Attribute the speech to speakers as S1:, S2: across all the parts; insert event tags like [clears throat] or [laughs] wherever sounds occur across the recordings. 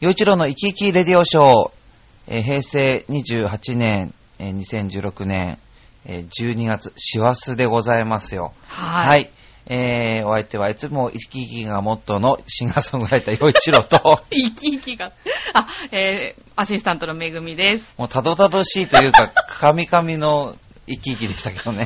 S1: 洋一郎の生き生きレディオショー、えー平成28年、えー2016年、えー12月、師走でございますよ。
S2: はい、
S1: えーお相手はいつも生き生きがモットーのシンガーソングライター洋一郎と
S2: [laughs] 生き生きが。あ、えー、アシスタントのめぐみです。 [laughs]
S1: もうたどたどしいというか、かみかみの生き生きでしたけど
S2: [laughs]
S1: ね。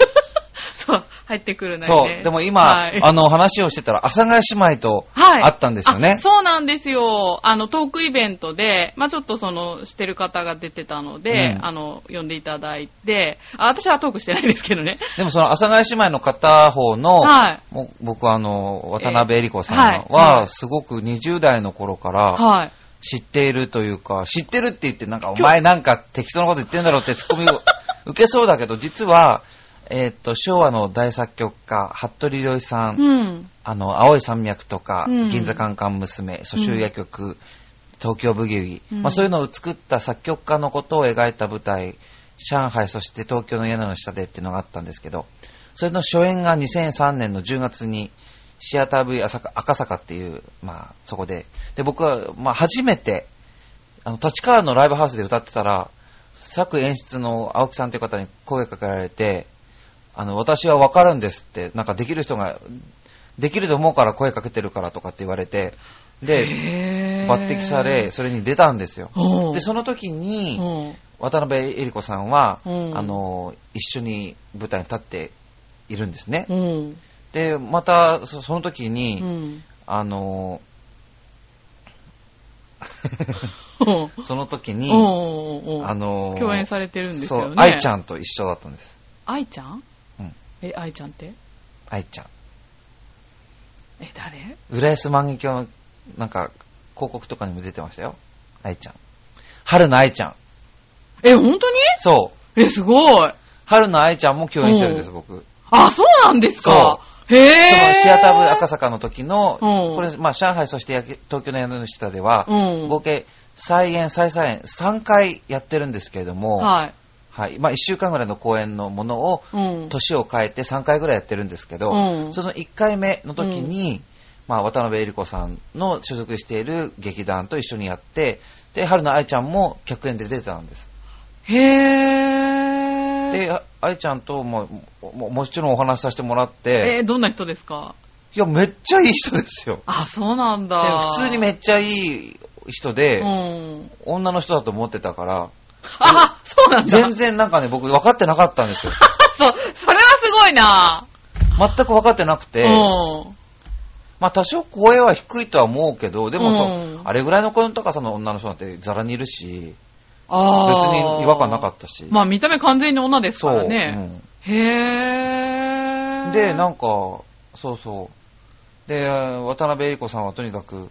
S2: そう、入ってくるのよ
S1: そ
S2: ね。
S1: う、でも今、
S2: はい
S1: あの話をしてたら、阿佐ヶ谷姉妹と
S2: はい。
S1: 会ったんですよね
S2: あ。そうなんですよ。あの、トークイベントで、まあちょっとその、してる方が出てたので、
S1: うん
S2: あの、呼んでいただいて、あ、私はトークしてないですけどね。
S1: でもその阿佐ヶ谷姉妹の片方の、
S2: はい。
S1: もう僕あの、渡辺恵理子さんは、
S2: えーはい
S1: すごく20代の頃から
S2: はい。
S1: 知っているというか、知ってるって言ってなんかお前なんか適当なこと言ってんだろうってツッコ
S2: [laughs]
S1: ミを受けそうだけど、実は、えーっと、昭和の大作曲家、服部良一さん、
S2: うん。
S1: あの、青い山脈とか、
S2: うん
S1: 銀座カンカン娘、蘇州夜曲、東京ブギウギ、
S2: うん
S1: まあ、そういうのを作った作曲家のことを描いた舞台、上海、そして東京の屋根の下でっていうのがあったんですけど、それの初演が2003年の10月に、シアター V 赤坂赤坂っていう、まあ、そこで、で、僕は、まあ、初めて、あの、立川のライブハウスで歌ってたら、作演出の青木さんという方に声かけられて、あの、私はわかるんですって、なんかできる人が、できると思うから声かけてるからとかって言われて、で、
S2: へ
S1: 抜擢され、、それに出たんですよ。
S2: おう
S1: で、その時に、
S2: おう
S1: 渡辺恵理子さんは、
S2: うん
S1: あの、一緒に舞台に立っているんですね。
S2: うん。
S1: で、また、そその時
S2: う
S1: に、
S2: ん。
S1: あの、
S2: おう
S1: その時に、
S2: おうおうおう
S1: あの、
S2: 共演されてるんですよね。
S1: そう、愛ちゃんと一緒だったんです。
S2: 愛ちゃん
S1: うん
S2: え、愛ちゃんって
S1: 愛ちゃん。
S2: え、誰
S1: 浦安万華鏡の、なんか、広告とかにも出てましたよ。愛ちゃん。春の愛ちゃん。
S2: え、本当に
S1: そう。
S2: え、すごい。
S1: 春の愛ちゃんも共演してるんです、
S2: う
S1: 僕。
S2: あ、そうなんですか。へぇ
S1: そ
S2: ー。
S1: のシアターブ赤坂の時の、
S2: うん
S1: これ、まあ、上海そしてやけ東京の屋根の下では、
S2: うん
S1: 合計再演、再再演、3回やってるんですけれども、はい。
S2: はい。
S1: まあ、1週間ぐらいの公演のものを、
S2: うん。
S1: 年を変えて3回ぐらいやってるんですけど、
S2: うん
S1: その1回目の時に、まあ、渡辺恵理子さんの所属している劇団と一緒にやって、で、春の愛ちゃんも客演で出てたんです。
S2: へぇー。
S1: で、あ愛ちゃんとも、ももちろんお話しさせてもらって、
S2: えーどんな人ですか
S1: いや、めっちゃいい人ですよ。
S2: あ、そうなん
S1: で
S2: だ。
S1: 普通にめっちゃいい人で、
S2: うん。
S1: 女の人だと思ってたから、
S2: あ、そうなんだ。
S1: 全然なんかね、僕分かってなかったんですよ。
S2: [laughs] そう、それはすごいな。
S1: 全く分かってなくて、
S2: うん。
S1: まあ多少声は低いとは思うけど、でもそう、
S2: うん
S1: あれぐらいの声の高さの女の人なんてザラにいるし、別
S2: あー
S1: に違和感なかったし。
S2: まあ、見た目完全に女ですか
S1: そう、
S2: らね。
S1: う
S2: へぇ
S1: ん
S2: ー。
S1: で、なん
S2: か、
S1: か、そうそう。で、渡辺恵理子さんはとにかく、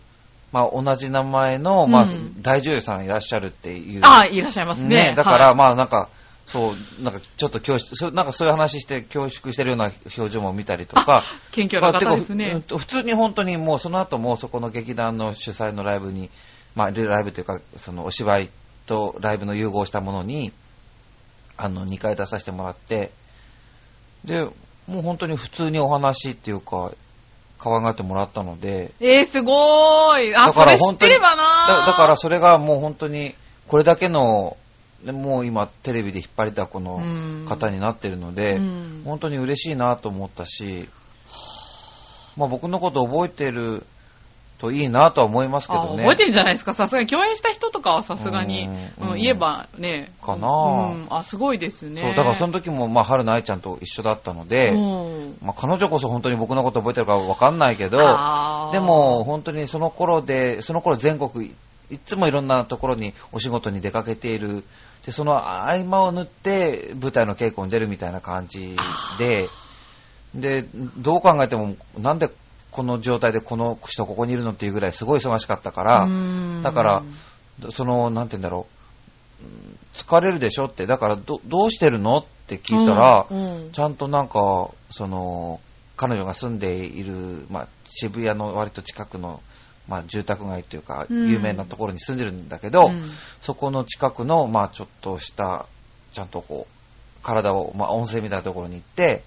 S1: まあ同じ名前の、まあ
S2: うん
S1: 大女優さんいらっしゃるっていう。
S2: あ、いらっしゃいますね。
S1: だから、
S2: はい
S1: まあなんか、そう、なんかちょっと恐縮、そうなんかそういう話して恐縮してるような表情も見たりとか、
S2: 謙虚
S1: ま
S2: な
S1: あてか
S2: 方です
S1: うん
S2: ね。
S1: と普通に本当にもうその後もそこの劇団の主催のライブに、まあライブというか、そのお芝居とライブの融合したものに、あの、2回出させてもらって、で、もう本当に普通にお話っていうか、可愛がってもらったので、
S2: えー、すごーい。あ、
S1: だ
S2: そ
S1: から
S2: れ知っ
S1: 本当
S2: て
S1: に
S2: ればな
S1: だだからそれがもう本当にこれだけのねもう今テレビで引っ張りだこの
S2: うん
S1: 方になってるので、
S2: うん
S1: 本当に嬉しいなと思ったし、まあ、僕のこと覚えてるといいなとは思いますけ
S2: あ
S1: どね
S2: 覚えてるんじゃないですか。さすがに共演した人とかはさすがに、
S1: うん
S2: うん、言えばね。
S1: かな
S2: うんうん。あ、すごいですね。
S1: そうだからその時もまあ春菜愛ちゃんと一緒だったので、
S2: うん
S1: まあ、彼女こそ本当に僕のこと覚えてるかわかんないけど
S2: あー
S1: でも本当にその頃で、その頃全国い、いつもいろんなところにお仕事に出かけている、でその合間を縫って舞台の稽古に出るみたいな感じで、で、どう考えても、なんでこの状態でこの人ここにいるのっていうぐらいすごい忙しかったから、
S2: うん
S1: だからその、なんて言うんだろううん、疲れるでしょって、だからどどうしてるのって聞いたら、
S2: うんうん
S1: ちゃんとなんか、その、彼女が住んでいる、まあ、渋谷の割と近くの、まあ、住宅街というか、
S2: うん
S1: 有名なところに住んでるんだけど、
S2: うん
S1: そこの近くの、まあ、ちょっとした、ちゃんとこう、体を、まあ、温泉みたいなところに行って、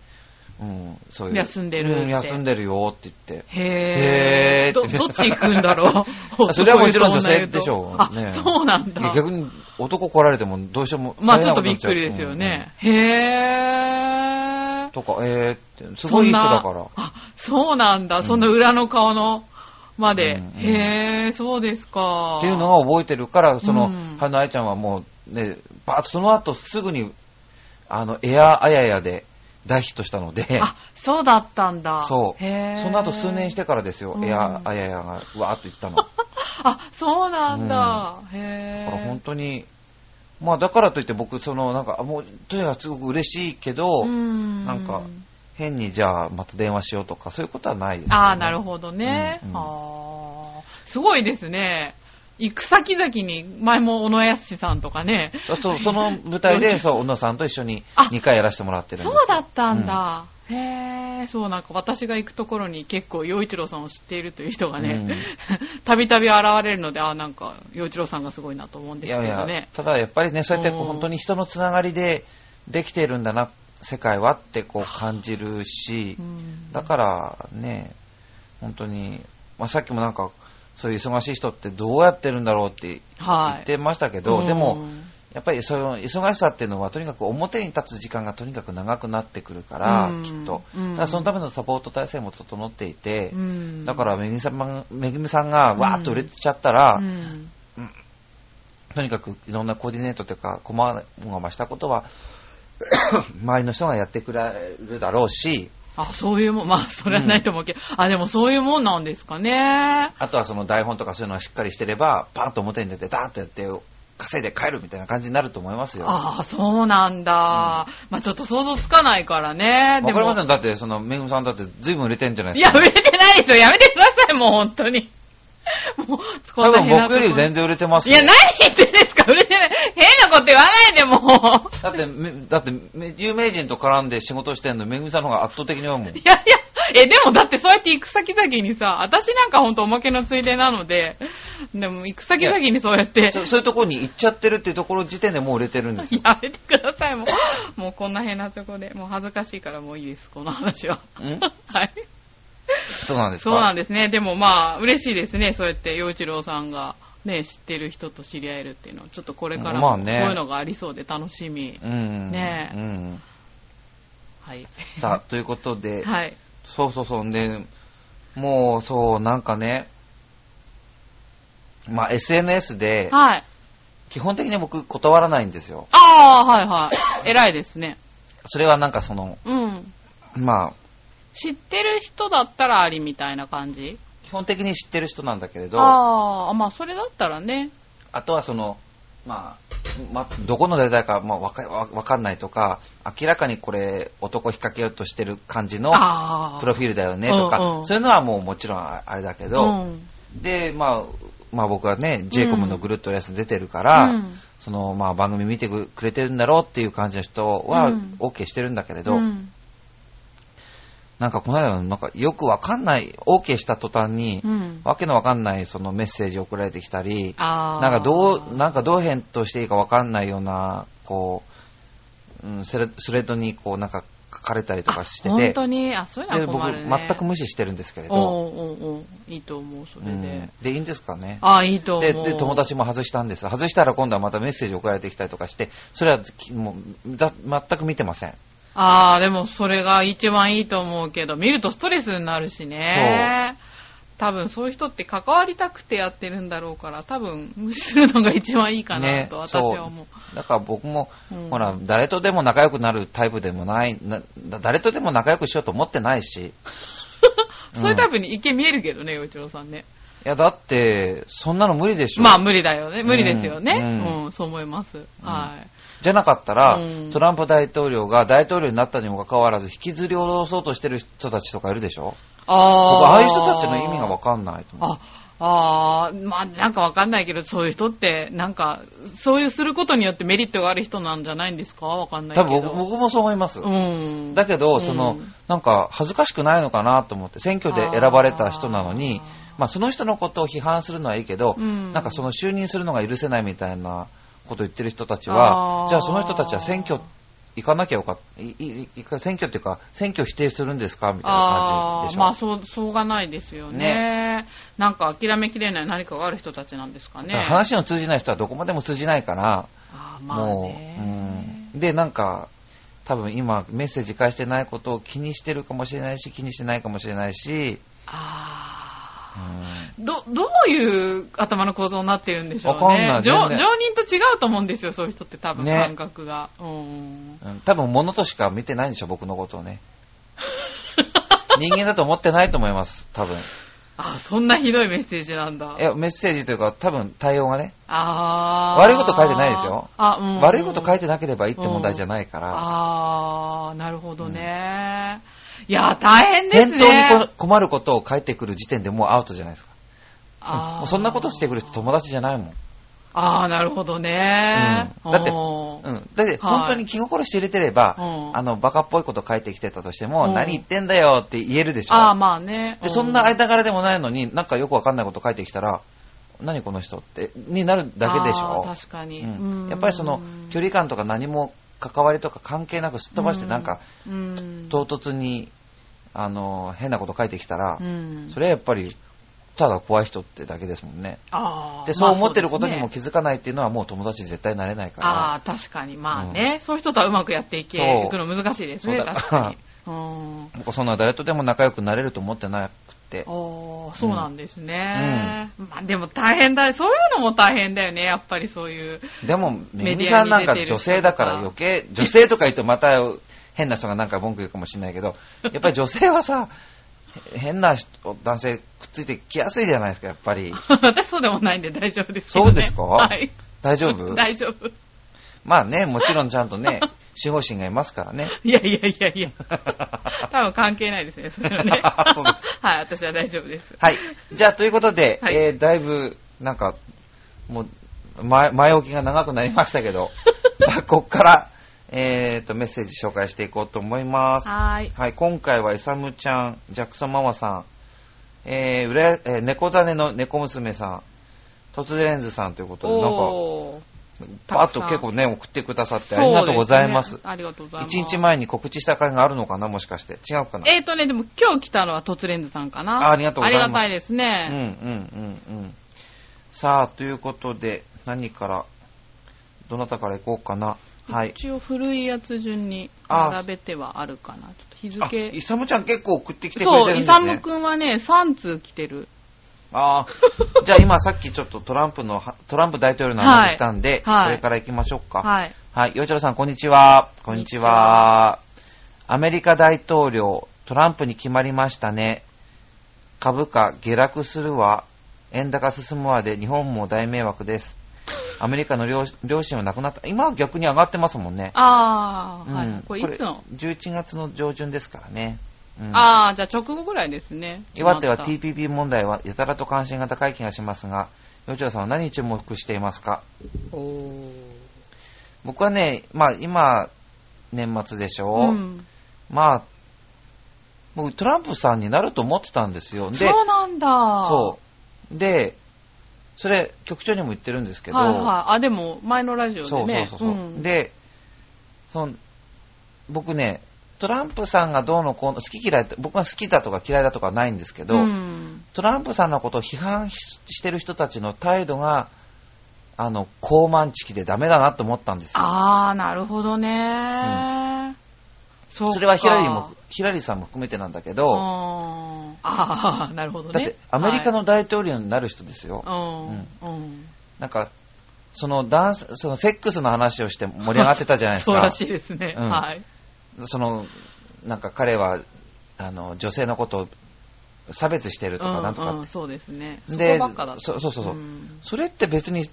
S1: うん、そういう。
S2: 休んでるって
S1: うん、休んでるよって言って。
S2: へ
S1: へ
S2: え。
S1: ー
S2: ど、どっち行くんだろう。
S1: [laughs] それはもちろん
S2: 男
S1: 女
S2: 言
S1: 性
S2: うと
S1: でしょう。
S2: あ、
S1: ね
S2: そうなん
S1: いや
S2: だ。
S1: 逆に男来られてもどうしようも。
S2: まあちょっ
S1: 大
S2: と
S1: 変なこに
S2: びっ
S1: なちゃう
S2: くりですよ。ね。へ
S1: うん
S2: ー。
S1: とか、えーって、すごいいい人だか
S2: そんな
S1: ら。
S2: あ、そうなんだ。
S1: ん
S2: その裏の顔の、まで。
S1: うんうん
S2: へー、そうですか。
S1: っていうのが覚えてるから、その、
S2: うん
S1: はのあいちゃんはもう、ね、バーッとその後すぐに、あの、エアーあややで大ヒットしたので、
S2: あ、そうだったんだ。
S1: そう。
S2: へー
S1: その後数年し。てからですよ、
S2: うん
S1: エアーあややがわーっと行ったの。だか
S2: あ、そうなんだ。へ
S1: ら
S2: ー。
S1: 本当に、まあだからといって僕、その、なんか、もう、とにかくすごく嬉しいけど、
S2: うん
S1: なんか変にじゃあまた電話しようとか、そういうことはないです、
S2: ああ、なる
S1: ど。
S2: ほどね。
S1: うんうん
S2: あーすごいですね。行く先々に、前も小野康さんとかね。
S1: そうそうその舞台
S2: どっ
S1: で、
S2: ち
S1: そう、小野さんと一緒に
S2: あ
S1: 2回やらせてもらってるんです
S2: そ
S1: よ
S2: うだったんだ。へえ、そうなんか私が行くところに結構陽一郎さんを知っているという人がね、 [laughs] たびたび現れるので、あーなんか陽一郎さんがすごいなと思うん
S1: うん
S2: で
S1: い
S2: すけど
S1: や
S2: ね。
S1: いや、ただやっぱりね、そうやってこ
S2: う
S1: うん本当に人のつながりでできているんだな、世界はってこう感じるし
S2: う、ん
S1: だからね、本当に、まあ、さっきもなんか、そういう忙しい人ってどうやってるんだろうって言
S2: は
S1: っ
S2: い。
S1: てましたけど、で
S2: う
S1: も、
S2: ん
S1: やっぱりその忙しさっていうのはとにかく表に立つ時間がとにかく長くなってくるから、
S2: うん
S1: きっと、
S2: うん
S1: だからそのためのサポート体制も整っていて、
S2: うん
S1: だからめぐみさんがめぐみさんがわーっと売れちゃったら、
S2: うん
S1: とにかくいろんなコーディネートというか細々がしたことは [coughs] 周りの人がやってくれるだろうし
S2: あ、そういうもん、まあ、それはないと思うけど、あ、でもそういうもんなんですかね。
S1: あとはその台本とかそういうのがしっかりしてればパーンと表に出てダーンとやって稼いで帰るみたいな感じになると思いますよ。
S2: ああ、そうなんだ。まあちょっと想像つかないからね。
S1: わかりませ
S2: ん
S1: んだってそのめぐみさんだって随分売れてんじゃない
S2: い
S1: です
S2: や、
S1: か。
S2: 売れてないですよ。やめてください、もう本当に。もう、こ
S1: 多
S2: んな
S1: 分
S2: 変な
S1: 僕より全然売れてます
S2: い
S1: よ
S2: や、何言ってんですか売れてない。変なこと言わないで、も
S1: だってめ、だってめ、有名人と絡んで仕事してんの、めぐみさんの方が圧倒的に多いもん
S2: う。い。やいや、え、でもだってそうやって行く先々にさ、私なんかほんとおまけのついでなので、でも行く先々にそうやって、
S1: そそういうところに行っちゃってるっていうところ時点でもう売れてるんですよ。
S2: やめてください、もう。もうこんな変なチョコで、もう恥ずかしいからもういいです、この話 [laughs] は。
S1: ん
S2: はい。
S1: そうなんですか
S2: [laughs] そうなん
S1: で
S2: ですね。でもまあ、嬉しいですね。そうやって、洋一郎さんが、ね、知ってる人と知り合えるっていうのは、ちょっとこれから
S1: ま
S2: も
S1: あ
S2: そう
S1: ね
S2: いうのがありそうで楽しみ。
S1: うん。
S2: ねえ
S1: うん。
S2: はい。
S1: さあ、ということで、
S2: はい。
S1: そうそうそう、ね、もう、そう、なんかね、まあ、SNS で、
S2: はい。
S1: 基本的に僕断らないんですよ。
S2: ああ、はいはい。偉いですね。
S1: それはなんかその、
S2: うん。
S1: まあ、
S2: 知ってる人だったらありみたいな感じ
S1: 基本的に知ってる人なんだけれど、
S2: ああ、まあ、それだったらね。
S1: あとはその、まあ、まどこの誰だか、まあ、わかわわかんないとか、明らかにこれ、男引っ掛けようとしてる感じの
S2: ああ。
S1: プロフィールだよねとか、
S2: うんうん
S1: そういうのはもうもちろんああれだけ
S2: う
S1: ど、
S2: ん。
S1: で、まあ、まあ僕はね、j イコムのグループとレース出てるから、
S2: うん
S1: その、まあ番組見てくれてるんだろうっていう感じの人は
S2: うん
S1: OK してるんだけれど、
S2: うん。
S1: なんかこの間、なんかよくわかんない、OK した途端に、
S2: うん。
S1: わけのわかんないそのメッセージ送られてきたり、
S2: ああ。
S1: なんかどう、なんかどう返答していいかわかんないような、こう、うん、スレスレッドにこうなんか書かれたりとかして
S2: あ本
S1: て、
S2: 当に、あ、そういうの
S1: で
S2: は
S1: 僕
S2: 困るね。
S1: 全く無視してるんですけれど、
S2: おうおうおういいと思う、それ
S1: う
S2: で。
S1: んで、いいんですかね。
S2: あ、いいと思
S1: で、
S2: う。
S1: で友達も外したんです。外したら今度はまたメッセージ送られてきたりとかして、それはきもうだ全く見てません。
S2: ああ、でもそれが一番いいと思うけど、見るとストレスになるしね。多分そういう人って関わりたくてやってるんだろうから、多分無視するのが一番いいかな
S1: ね
S2: と私は思う。
S1: だから僕も、
S2: うん
S1: ほら、誰とでも仲良くなるタイプでもない、な誰とでも仲良くしようと思ってないし、
S2: そういうタイプに一見見えるけどね、洋一郎さんね。
S1: いや、だって、そんなの無理でしょ。
S2: まあ無理だよね。無理ですよね。う、
S1: うんん
S2: そう思います。はい。
S1: じゃなかったら、
S2: うん
S1: トランプ大統領が大統領になったにもかかわらず、引きずり下ろそうとしてる人たちとかいるでしょ
S2: ああ
S1: 僕、ああいう人たちの意味がわかんないと思う。
S2: あ、あーまあなんかわかんないけど、そういう人って、なんか、そういうすることによってメリットがある人なんじゃないんですかわかんないけ
S1: 多
S2: ど。
S1: 分僕僕もそう思います。
S2: うん。
S1: だけど、その、
S2: うん
S1: なんか、恥ずかしくないのかなと思って、選挙で選ばれた人なのに
S2: あ、
S1: まあ、その人のことを批判するのはいいけど、
S2: うん
S1: なんかその就任するのが許せないみたいなことを言ってる人たち
S2: あ
S1: は
S2: ー、
S1: じゃあその人たちは選挙行かなきゃよかった、いいいか選挙っていうか、選挙否定するんですかみたいな
S2: あ
S1: 感じ
S2: あ
S1: で
S2: ー、
S1: しょ。
S2: まあそう、しょうがないですよねなんか諦めきれない何かがある人たちなんですか
S1: だ
S2: ね。
S1: から話の通じない人はどこまでも通じないから、
S2: あーまあ
S1: も
S2: ね
S1: う、うん、で、なんか、多分今、メッセージ返してないことを気にしてるかもしれないし、気にしてないかもしれないし、
S2: あ
S1: う
S2: あ。
S1: ん
S2: ど、どういう頭の構造になってるんでしょうね。
S1: わかんない
S2: 常
S1: 全然
S2: 常人と違うと思うんですよ、そういう人って多分、
S1: ね
S2: 感覚が。うん。
S1: うん、多分物としか見てないんでしょ、僕のことをね。 [laughs] 人間だと思ってないと思います、多分。
S2: あ、そんなひどいメッセージなんだ
S1: い。や、メッセージというか、多分対応がね、
S2: ああ。
S1: 悪いこと書いてないですよ
S2: あ、うん。
S1: 悪いこと書い
S2: て
S1: てなければいいって問題じゃないから、
S2: ああ、なるほどね。いや、大変です
S1: 返
S2: ね。
S1: 答にこ困ることを書いてくる時点でもうアウトじゃないですか。
S2: あー
S1: もうそんなことしてくる人友達じゃないもん。
S2: ああ、なるほどね。
S1: うんだって
S2: おー
S1: うん。だって、本当に気心して入れてれば、
S2: うん
S1: あの、バカっぽいこと書いてきてたとしても、
S2: うん
S1: 何言ってんだよって言えるでしょ。
S2: ああ、まあね。
S1: で、そんな
S2: 相手
S1: 間柄でもないのに、なんかよくわかんないこと書いてきたら、何この人って、になるだけでしょ。
S2: 確かに。
S1: うんやっぱりその、距離感とか何も関わりとか関係なくすっ飛ばして、なんか、
S2: うん、
S1: 唐突に、あの、変なこと書いてきたら
S2: う、ん、
S1: それはやっぱり、ただ怖い人ってだけですもんね。
S2: あー
S1: で、そう思ってることに
S2: ま
S1: も
S2: あそうで
S1: 気づかないっていうのはもう友達に絶対なれない
S2: すね
S1: から。
S2: あー確かに。まあね、そういう人とはうまくやっていけ
S1: そう
S2: いくの難しいですね、
S1: そうだ
S2: 確かに。うん
S1: 僕そんな誰とでも仲良くなれると思ってなくて。
S2: おーそうなんですね。まあでも大変だ。そういうのも大変だよね。やっぱりそういう。 [laughs]
S1: でも、
S2: メディア
S1: め
S2: に
S1: ぐみさんなんか
S2: 出て
S1: 女
S2: る人とか
S1: 性だから余計、女性とか言うとまた変な人がなんか文句言うかもしれないけ
S2: [laughs]
S1: ど、やっぱり女性はさ、変な人男性くっついてきやすいじゃないですか、やっぱり。
S2: 私そうでもないんで大丈夫ですけど
S1: そ
S2: ね、
S1: うですか
S2: はい。
S1: 大丈夫
S2: [laughs] 大丈夫。
S1: まあね、もちろんちゃんと
S2: [laughs]
S1: ね、守護神がいますからね。。
S2: いやいやいやいや。多分関係ないですね、それはね
S1: [laughs] そうです
S2: はい、私は大丈夫です。
S1: はい。じゃあ、ということで、
S2: はい
S1: えーだいぶ、なんか、もう、前、前置きが長くなりましたけ
S2: [laughs]
S1: ど、さあ、こっから、えーと、メッセージ紹介していこうと思います。
S2: はーい。
S1: はい、今回はイサムちゃん、ジャクソンママさん、えー、うらや、えー猫ザネの猫娘さん、突然レンズさんということで、な
S2: おー
S1: んか、バーッと
S2: たくさん
S1: 結構ね、送ってくださってありがとうございま
S2: そ
S1: す
S2: う。でねありがとうございます。
S1: 一、日。前に告知した回があるのかな、もしかして。違うかな。
S2: えっ、とね、でも今日来たのはトツレンズさんかな。
S1: あありがとうございます
S2: ありがたいです
S1: うんう
S2: ね。
S1: んうんうん。さあ、ということで、何から、どなたから行こうかな。はい。
S2: 一応古いやつ順に
S1: あ
S2: 並べてはあるかな。ちょっと日
S1: あ、
S2: 付。
S1: イサムちゃん結構送ってきてくれて
S2: そ
S1: る
S2: う、
S1: んで
S2: イ
S1: す
S2: サム
S1: ね。
S2: くんはね、3通来てる。
S1: ああ。
S2: [laughs]
S1: じゃあ今さっきちょっとトランプのは、トランプ大統領の話したんで、
S2: はいはい
S1: これから行きましょうか。
S2: はい。
S1: はい、洋一郎さん、こんにちは。こ
S2: こ
S1: ん
S2: ん
S1: に
S2: に
S1: ち
S2: ち
S1: は
S2: は。
S1: アメリカ大統領、トランプに決まりましたね。株価下落するわ。円高進むわで、日本も大迷惑です。アメリカの両両親は亡くなった。今は逆に上がってますもんね。
S2: あー、
S1: う
S2: は
S1: ん
S2: い。これいつの、
S1: ?11 月の上旬ですからね。うん
S2: あー、じゃあ直後ぐらいですね。
S1: 岩手は
S2: 決まった
S1: TPP 問題はやたらと関心が高い気がしますが、洋一郎さんは何に注目していますか
S2: お
S1: 僕はね、まあ今、年末でしょ。
S2: ー。うん。
S1: まあ、もうトランプさんになると思ってたんですよ。で、
S2: そうなんだ。
S1: そうで、それ、局長にも言ってるんですけど、
S2: はいはい。あ、でも、前のラジオ
S1: そ
S2: で
S1: うそうそ
S2: ね。
S1: うそう、
S2: ん、
S1: で、その、僕ね、トランプさんがどうのこうの、好き嫌いって、僕は好きだとか嫌いだとかはないんですけど、
S2: うん、
S1: トランプさんのことを批判ししてる人たちの態度が、あの、高慢チキでダメだなと思ったんですよ。
S2: あー、なるほどね、そうか
S1: それはヒラリーも、ヒラリーさんも含めてなんだけど、
S2: うんあー、なるほどね。
S1: だってアメリカの大統領になる人ですよ。
S2: はい、うん。うん。
S1: なんか、そのダンス、そのセックスの話をして盛り上がってたじゃない
S2: [laughs]
S1: です
S2: そうら
S1: か。
S2: しいですね。
S1: うん
S2: はい。
S1: その、なんか彼は、あの、女性のことを差別してるとか、なんと
S2: うんう
S1: か
S2: ん、そうですね。
S1: って。
S2: そこばっかだ
S1: そそうそうそう。
S2: ん
S1: それって別に、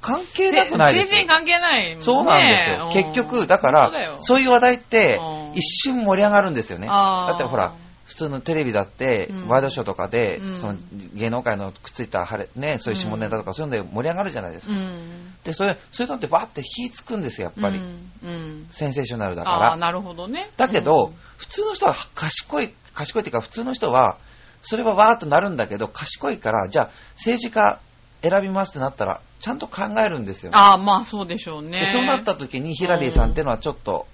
S1: 関係な
S2: せ
S1: くないです
S2: 全
S1: よ
S2: 然。関係ないもんね。
S1: そうなんですよ。
S2: うん
S1: 結局、だか
S2: 本当
S1: ら
S2: よ、
S1: そういう話題って
S2: う、ん
S1: 一瞬盛り上がるんですよね。
S2: あー
S1: だってほら、普通のテレビだって
S2: う、ん
S1: ワイドショーとかで
S2: う、ん
S1: その芸能界のくっついた晴れ、ね、そういう下ネタとか、そういうので盛り上がるじゃないですか。
S2: うん。
S1: で、それ、そういうのってバーって火つくんですよ、やっぱり。
S2: うん。うん、
S1: センセーショナルだ
S2: あー、
S1: から。
S2: なるほどね。
S1: だけど、
S2: うん
S1: 普通の人は賢い、賢いっていうか、普通の人は、それはわーっとなるんだけど、賢いから、じゃあ、政治家選びますってなったら、ちゃんと考えるんですよ。
S2: ああ、まあそうでしょうね。
S1: でそうなった時にヒラリーさんっていうのはちょっと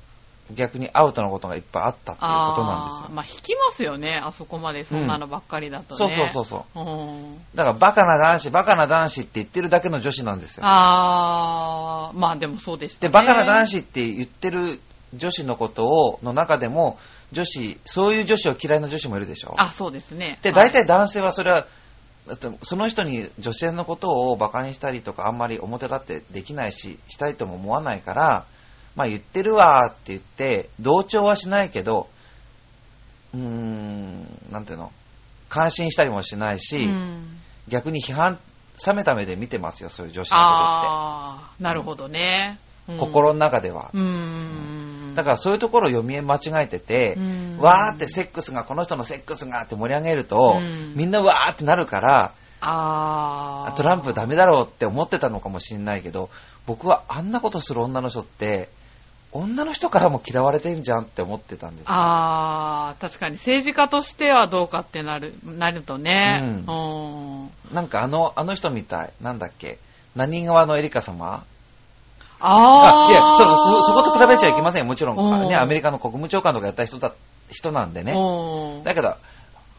S1: 逆にアウトなことがいっぱいあったっていう
S2: ああ
S1: ことなんですよ。
S2: まあ引きますよね、あそこまでそんなのばっかりだと
S1: そう
S2: ね。
S1: そうそうそう。
S2: うん
S1: だからバカな男子、バカな男子って言ってるだけの女子なんですよ。
S2: ああ、まあでもそうでした
S1: で、
S2: ね。
S1: バカな男子って言ってる女子のことを、の中でも、女子、そういう女子を嫌いな女子もいるでしょ。
S2: あ、そうですね。
S1: で、
S2: はい
S1: 大体男性はそれは、だってその人に女性のことをバカにしたりとか、あんまり表立ってできないし、したいとも思わないから、まあ言ってるわーって言って、同調はしないけど、うーん、なんていうの、感心したりもしないし、
S2: うん
S1: 逆に批判、冷めた目で見てますよ、そういう女子のこ
S2: ああ、なるほどね。
S1: とって。心の中では。
S2: うん。うん。
S1: だからそういうところを読み間違えてて、
S2: うん
S1: わーってセックスが、この人のセックスがって盛り上げると、
S2: うん
S1: みんなわーってなるから、
S2: ああ。
S1: トランプダメだろうって思ってたのかもしれないけど、僕はあんなことする女の人って、女の人からも嫌われてんじゃんって思ってたんです。
S2: ああ、確かに政治家としてはどうかってなる、なるとね。
S1: う
S2: うん。
S1: なんかあの、あの人みたい、なんだっけ、何側のエリカ様
S2: ああ。
S1: いやそうそ、そこと比べちゃいけませんよ。もちろ
S2: うん
S1: ん、あのね、アメリカの国務長官とかやった人だ、人なんでね。
S2: ね
S1: だけど、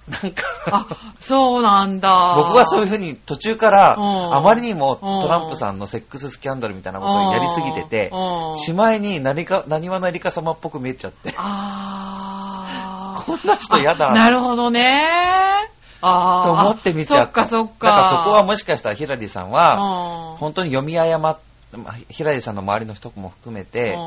S1: なんか、
S2: あ、そうなんだ。
S1: 僕はそういうふうに途中から、
S2: うん
S1: あまりにも
S2: うん
S1: トランプさんのセックススキャンダルみたいなことをやりすぎてて
S2: うんうん、
S1: しまいに何か、何話のエリカ様っぽく見えちゃって、
S2: ああ。
S1: こんな人嫌だ。
S2: なるほどね。ああ。
S1: と思って見ちゃった。
S2: あそっかそっか。
S1: だからそこはもしかしたらヒラリーさんは、
S2: は
S1: 本当に読み誤っ、まあヒラリーさんの周りの人も含めて、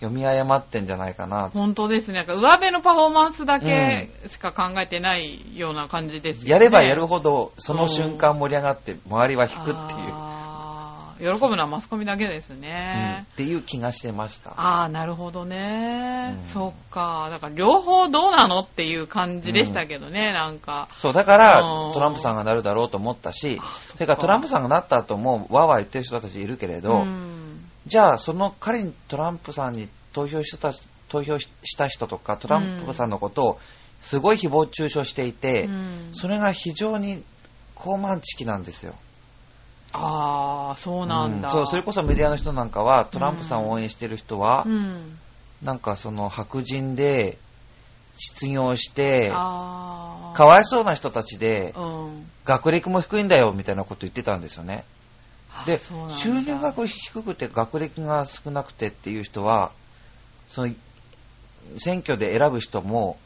S1: 読み誤ってんじゃないかな。
S2: 本当ですね。なんか上辺のパフォーマンスだけしか考えてないような感じですよね。
S1: やればやるほど、その瞬間盛り上がって、周りは引くっていう、うんっ
S2: あー喜ぶのはマスコミだけですね。
S1: ていう気がしてました。
S2: ああ、なるほどね。
S1: うん
S2: そっか。だから両方どうなのっていう感じでしたけどね、なんか。
S1: そう、だから
S2: うん、
S1: トランプさんがなるだろうと思ったし
S2: あそっか、
S1: それからトランプさんがなった後も、わーわー言ってる人たちいるけれど、
S2: うん
S1: じゃあ、その彼にトランプさんに投票した投票した人とか、トランプさんのことをすごい誹謗中傷していて、
S2: うん
S1: それが非常に高慢知気なんですよ。
S2: ああ、そうなんだ。
S1: うんそうそれこそメディアの人なんかは、トランプさんを応援してる人は、
S2: うん。
S1: なんかその白人で、失業して、
S2: ああ。
S1: かわいそうな人たちで、
S2: うん。
S1: 学歴も低いんだよみたいなこと言ってたんですよね。
S2: あ
S1: で
S2: そうなんだ
S1: 収入がこう低くて学歴が少なくてっていう人はその選挙で選ぶ人も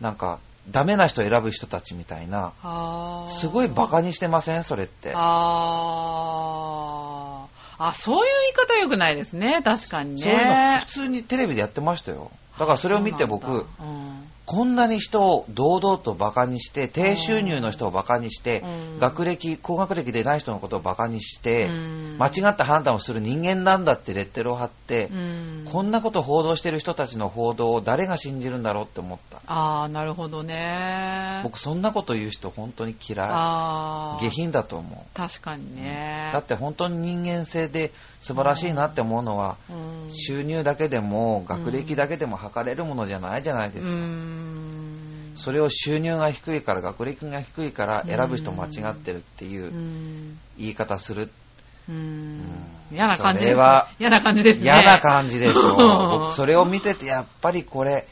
S1: なんかダメな人を選ぶ人たちみたいな
S2: あー
S1: すごいバカにしてませんそれって
S2: あーあ、そういう言い方良くないですね、確かにね。
S1: そういうの普通にテレビでやってましたよだからそれを見て
S2: そうなん
S1: 僕
S2: だうん
S1: こんなに人を堂々とバカにして低収入の人をバカにして
S2: うん
S1: 学歴高学歴でない人のことをバカにして
S2: うん
S1: 間違った判断をする人間なんだってレッテルを貼って
S2: うん
S1: こんなことを報道してる人たちの報道を誰が信じるんだろうって思った。
S2: ああ、なるほどね。
S1: 僕そんなこと言う人本当に嫌
S2: あ
S1: い。
S2: あ。
S1: 下。品だと思
S2: 確かに
S1: う。
S2: ね。
S1: だって本当に人間性で素晴らしいなって思うのは、
S2: うん、
S1: 収入だけでも学歴だけでも測れるものじゃないじゃないです
S2: う
S1: か。
S2: ん
S1: それを収入が低いから学歴が低いから選ぶ人間違ってるっていううん言い方する。
S2: うん嫌な感じ
S1: それ
S2: ですね
S1: は。
S2: 嫌な感じですね。
S1: 嫌な感じでし
S2: [laughs]
S1: ょ。僕そ
S2: れ
S1: れを見ててやっぱりこれ、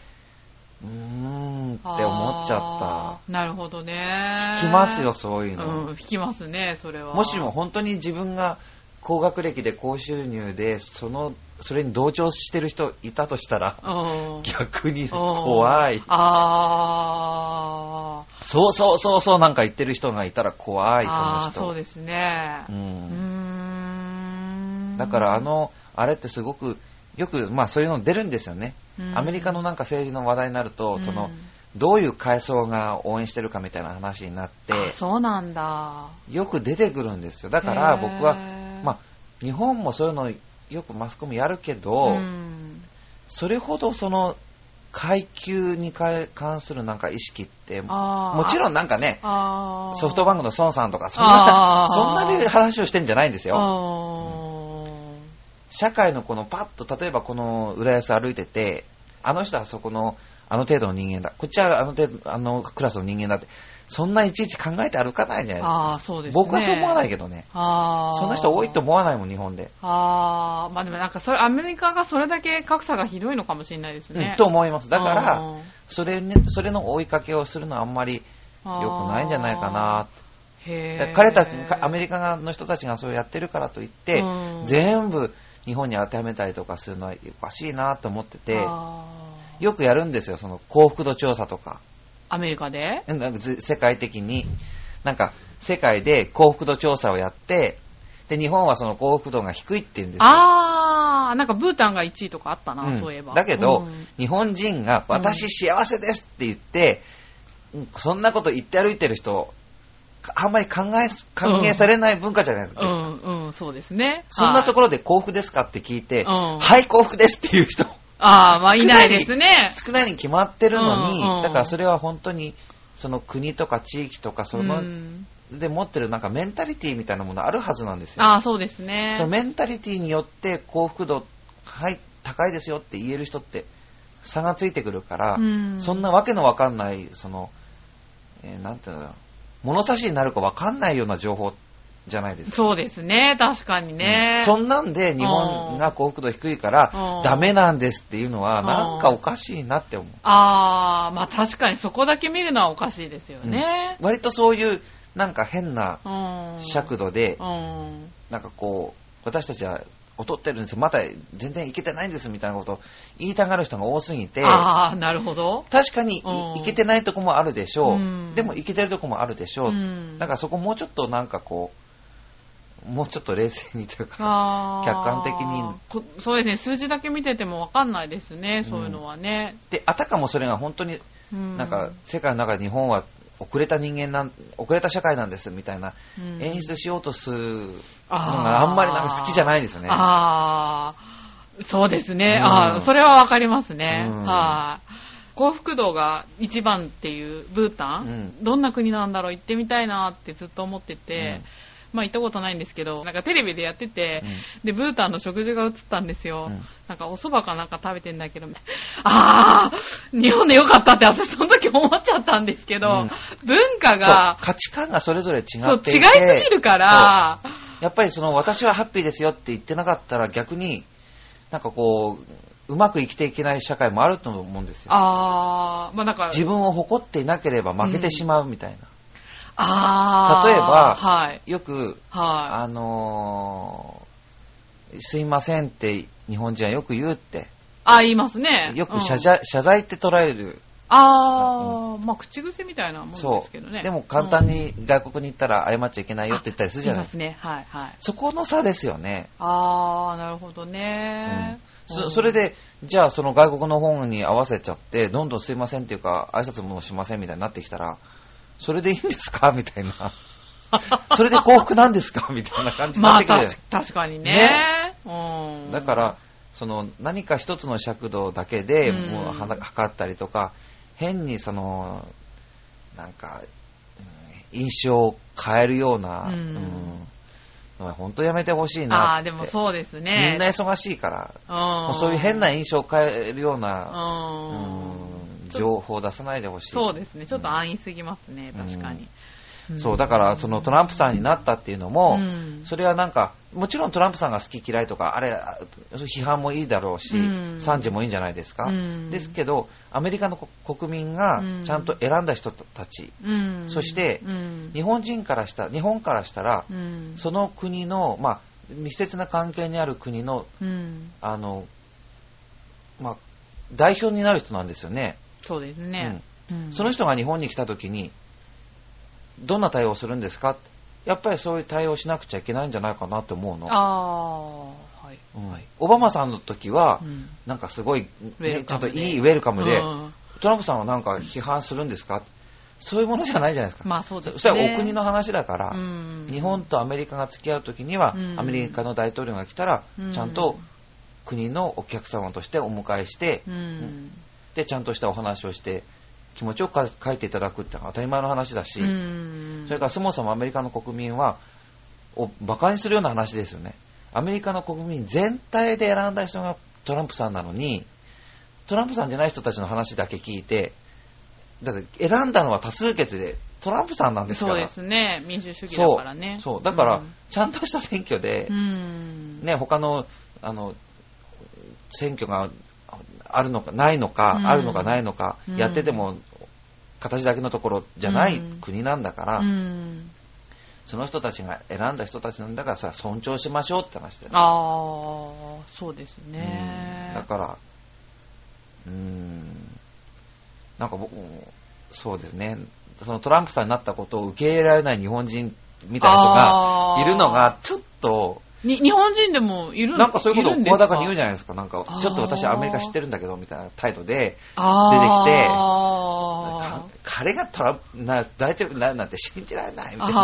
S1: うーんって思っちゃった。
S2: た。なるほどね。
S1: 聞きますよ、そういうの。
S2: うん、引きますね、それは。
S1: もしも本当に自分が高学歴で高収入で、その、それに同調してる人いたとしたら、
S2: うん、
S1: 逆に
S2: うん
S1: 怖い。
S2: あー
S1: そうそうそうそうなんか言ってる人がいたら怖い、そ
S2: あ
S1: の
S2: ー、そ
S1: 人。
S2: うですね。
S1: う
S2: うんーん
S1: だからあ、の、あれってすごく、よく、まあそういうの出るんですよね。
S2: うん
S1: アメリカのなんか政治の話題になると、そうの
S2: ん、
S1: どういう階層が応援してるかみたいな話になって、
S2: あそうなんだ。
S1: よく出てくるんですよ。だか
S2: へ
S1: ら
S2: ー
S1: 僕は、まあ、日本もそういうのよくマスコミやるけど、
S2: うん
S1: それほどその階級にか関するなんか意識って、も
S2: あー
S1: ちろんなんかね、
S2: あー
S1: ソフトバンクの孫さんとか、そん
S2: あ
S1: な
S2: ー、
S1: [laughs] そんなに話をしてんじゃないんですよ。
S2: あ
S1: 社会のこのパッと、例えばこの浦安歩いてて、あの人はそこの、あの程度の人間だ。こっちはあの程度、あのクラスの人間だって。そんないちいち考えて歩かないじゃないですか。
S2: ああ、そうですね。
S1: 僕はそう思わないけどね。
S2: ああ。
S1: そんな人多いと思わないもん、日本で。
S2: ああ、まあでもなんかそれ、アメリカがそれだけ格差がひどいのかもしれないですね。
S1: うん、と思います。だから、
S2: あ
S1: それ,、ね、それの追いかけをするのはあんまり
S2: ー、
S1: 良くないんじゃないかな。
S2: あー。へ
S1: だ
S2: え。
S1: 彼たち、かアメリカの人たちがそれをやってるからといって、
S2: うん
S1: 全部日本に当てはめたりとかするのはおかしいなと思ってて、
S2: あー
S1: よくやるんですよ、その幸福度調査とか。
S2: アメリカで
S1: なんかぜ世界的に、なんか世界で幸福度調査をやって、で、日本はその幸福度が低いって言うんですよ。
S2: ああ、なんかブータンが1位とかあったな、
S1: うん
S2: そういえば。
S1: だけど、
S2: うん
S1: 日本人が私幸せですって言って、うんそんなこと言って歩いてる人、かあんまり考えす、歓迎されない文化じゃないですか。
S2: うん、うん、そうですね。
S1: そんなとこ
S2: ろ、
S1: ろで幸福ですかって聞いて、
S2: うん
S1: はい、幸福ですっていう人、
S2: ああ、まあいないですね。
S1: 少ないに決まってるのに、
S2: うんうん
S1: だからそれは本当に、その国とか地域とか、その、
S2: うん
S1: で持ってるなんかメンタリティみたいなものあるはずなんですよ。
S2: ああ、そうですね
S1: そ。のメンタリティによって幸福度、はい、高いですよって言える人って差がついてくるから、
S2: うん
S1: そんなわけのわかんない、その、えーなんていうのかな物差しになるかわかんないような情報じゃないですか。
S2: そうですね、確かにね。
S1: そんなんで日本が幸福度低いから
S2: うん
S1: ダメなんですっていうのは
S2: うん
S1: なんかおかしいなって思う。
S2: ああ、まあ確かにそこだけ見るのはおかしいですよね。
S1: 割とそういうなんか変な
S2: うん。
S1: 尺度で
S2: うん。
S1: なんかこう私たちは劣ってるんですよまだ全然いけてないんですみたいなことを言いたがる人が多すぎて
S2: ああ、なるほど。
S1: 確かにい
S2: うん
S1: いけてないとこもあるでしょう、
S2: うん
S1: でもいけてるとこもあるでしょう、
S2: ん
S1: だからそこもうちょっとなんかこうもうちょっと冷静にというか
S2: あー
S1: 客観的に
S2: こそうですね、数字だけ見ててもわかんないですね、そういうのはね。
S1: であたかもそれが本当に
S2: うん
S1: なんか世界の中で日本は遅れた人間なん遅れた社会なんですみたいな
S2: うん
S1: 演出しようとするのがあんまりなんか好きじゃないですよね。
S2: ああ、そうですね。
S1: うん
S2: ああ、それはわかりますね。
S1: うん
S2: はい。幸福度が一番っていうブータン、
S1: うん
S2: どんな国なんだろう行ってみたいなってずっと思ってて、まあ行ったことないんですけど、なんかテレビでやってて、で、ブータンの食事が映ったんですよ。
S1: うん
S2: なんかお蕎麦かなんか食べてんだけど、 [laughs] ああ、日本でよかったって私その時思っちゃったんですけど、
S1: うん
S2: 文化
S1: そう
S2: が、
S1: 価値観がそれぞれ違っていて
S2: そう違いすぎるから、
S1: やっぱりその私はハッピーですよって言ってなかったら逆になんかこううまく生きていけない社会もあると思うんですよ
S2: ああ、まあなんか、
S1: 自分を誇っていなければ負けてしまうみたいな、
S2: ああ。
S1: 例えば
S2: はい。
S1: よく
S2: は
S1: あのーすいませんって日本人はよく言うって
S2: い。あ、言いますね。
S1: よ
S2: うん
S1: く謝罪,、謝罪って捉える
S2: ああ、まあ口癖みたいなもんです
S1: そ
S2: けどね。
S1: うでも簡単
S2: うん
S1: に外国に行ったら謝っちゃいけないよって言ったりするじゃない
S2: あ
S1: で
S2: 言いま
S1: か
S2: すすね。はいはい。
S1: そこの差ですよね
S2: ああ、なるほどね。う
S1: そ
S2: ん
S1: それ、で、じゃあその外国の本に合わせちゃって、どんどんすいませんっていうか、挨拶もしませんみたいになってきたら、それでいいんですかみたいな。それで幸福なんですかみたいな感じにな
S2: [laughs] ま
S1: っ
S2: あ
S1: てくるじゃない
S2: 確確かにね
S1: ね
S2: うん。
S1: だから、その何か一つの尺度だけで
S2: うん
S1: もうはな測ったりとか、変にその、なんか、うん印象を変えるような、う
S2: うん
S1: ん本当やめてほしい
S2: あ
S1: な
S2: あ
S1: っ
S2: ー、
S1: て。
S2: でもそうですね。
S1: みんな忙しいから、
S2: う、
S1: もうんそういう変な印象を変えるよう
S2: う。
S1: な、うんん情報を出さないでほしい。
S2: そうですね。ちょっと安易すぎますね、
S1: うん
S2: 確かに。
S1: うんそう、だから、そのトランプさんになったっていうのも、
S2: うん
S1: それはなんか、もちろんトランプさんが好き嫌いとか、あれ、あ批判もいいだろうし、
S2: うん
S1: 賛辞もいいんじゃないですか。
S2: うん
S1: ですけど、アメリカの国民が
S2: うん
S1: ちゃんと選んだ人たち、
S2: うん、
S1: そして
S2: うん
S1: 日本人からした、日本からしたら、
S2: うん
S1: その国の、まあ、密接な関係にある国の、
S2: うん、
S1: あの、まあ、代表になる人なんですよね。
S2: そうですね、うん
S1: その人が日本に来た時に、どんな対応をするんですかってやっぱりそういう対応をしなくちゃいけないんじゃないかなって思うの。
S2: ああーはい、
S1: うんオバマさんの時は、
S2: うん
S1: なんかすごい、
S2: ウェ
S1: ね、
S2: ル
S1: ちゃ
S2: カ
S1: んと
S2: ムで
S1: いいウェルカムで、
S2: うん
S1: トランプさんはなんか批判するんですかそういうものじゃないじゃないですか。
S2: まあそうですね
S1: そしたらお国の話だから、
S2: うん
S1: 日本とアメリカが付き合う時には、
S2: うん
S1: アメリカの大統領が来たら、
S2: うん
S1: ちゃんと国のお客様としてお迎えして、
S2: うん
S1: でちゃんとしたお話をして気持ちをか書いていただくってのは当たり前の話だし、
S2: うん
S1: それからそもそもアメリカの国民はを馬鹿にするような話ですよねアメリカの国民全体で選んだ人がトランプさんなのにトランプさんじゃない人たちの話だけ聞いてだって選んだのは多数決でトランプさんなんですか
S2: そう
S1: ら。
S2: ですね。民主主義だからね。
S1: そう。だから、
S2: うん
S1: ちゃんとした選挙で
S2: う、ん。
S1: ね、他の、あの、選挙があるのか、ないのか、
S2: うん
S1: あるのかないのか、
S2: うん
S1: やってても、形だけのところじゃない
S2: うん
S1: 国なんだから、
S2: うん。
S1: その人たちが選んだ人たちなんだから、それは尊重しましょうって話だよね
S2: ああ、そうです
S1: う
S2: ね
S1: ん。だから、うーん、なんか僕も、そうですね、そのトランプさんになったことを受け入れられない日本人みたいな人
S2: あ
S1: が
S2: ー
S1: いるのが、ちょっと、
S2: に日本人でもいる
S1: なんかそういうことを声高に言うじ
S2: ゃ
S1: ゃないですか、なんか
S2: あ、ー
S1: ちょっと私、アメリカ知ってるんだけどみたいな態度で、出
S2: ん
S1: てきて
S2: あ
S1: か彼がトランプな大丈夫になるなんて信じられないみ
S2: ー
S1: たいな。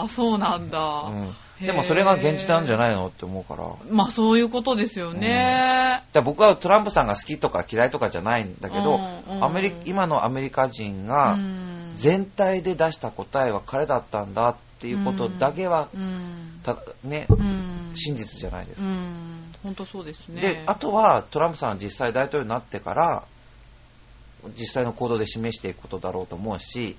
S2: あー、そうなんだ。
S1: うん、でもそれが現実なんじゃ
S2: い
S1: ないのって思うから。だか
S2: まあそういうことですよね。
S1: ら僕はトランプさんが好きとか嫌いとかじゃないんだけど、
S2: うんうん
S1: アメリ今のアメリカ人
S2: う
S1: が、
S2: ん
S1: 全体で出した答えは彼だったんだっていうことだけは、
S2: うん
S1: たね、
S2: うん
S1: 真実じゃないです
S2: う
S1: か、
S2: ん、本当そうですね。
S1: であとはトランプさんは実際大統領になってから実際の行動で示していくことだろうと思うし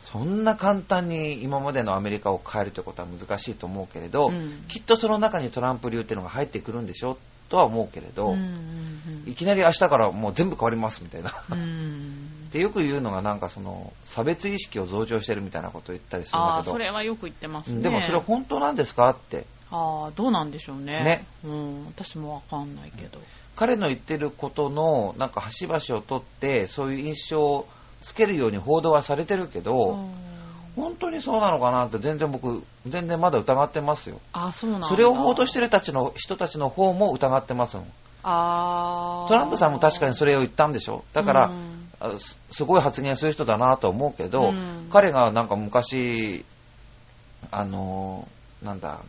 S1: そんな簡単に今までのアメリカを変えるということは難しいと思うけれど、
S2: うん
S1: きっとその中にトランプ流っていうのが入ってくるんでしょとは思うけれど、
S2: うんうん
S1: いきなり明日からもう全部変わりますみたいな。
S2: うんうん
S1: でよく言うのがなんかその差別意識を増長してるみたいなことを言ったりするん
S2: あ
S1: だ
S2: あ、
S1: けど
S2: それはよく言ってます
S1: うん
S2: ね。
S1: でもそれ本当なんですかって
S2: ああ、どうなんでしょうね。
S1: ね
S2: うん、私もわかんないけど。
S1: 彼の言ってることのなんか端々を取ってそういう印象をつけるように報道はされてるけど、
S2: うん
S1: 本当にそうなのかなって全然僕全然まだ疑ってますよ
S2: ああ、そうなんだ。
S1: それを報道してるたちの人たちの方も疑ってますもん
S2: ああ。
S1: トランプさんも確かにそれを言ったんでしょだから、
S2: うん
S1: あすすごい発言する人だなとは思うけど、
S2: うん
S1: 彼がなんか昔あのーなんだあの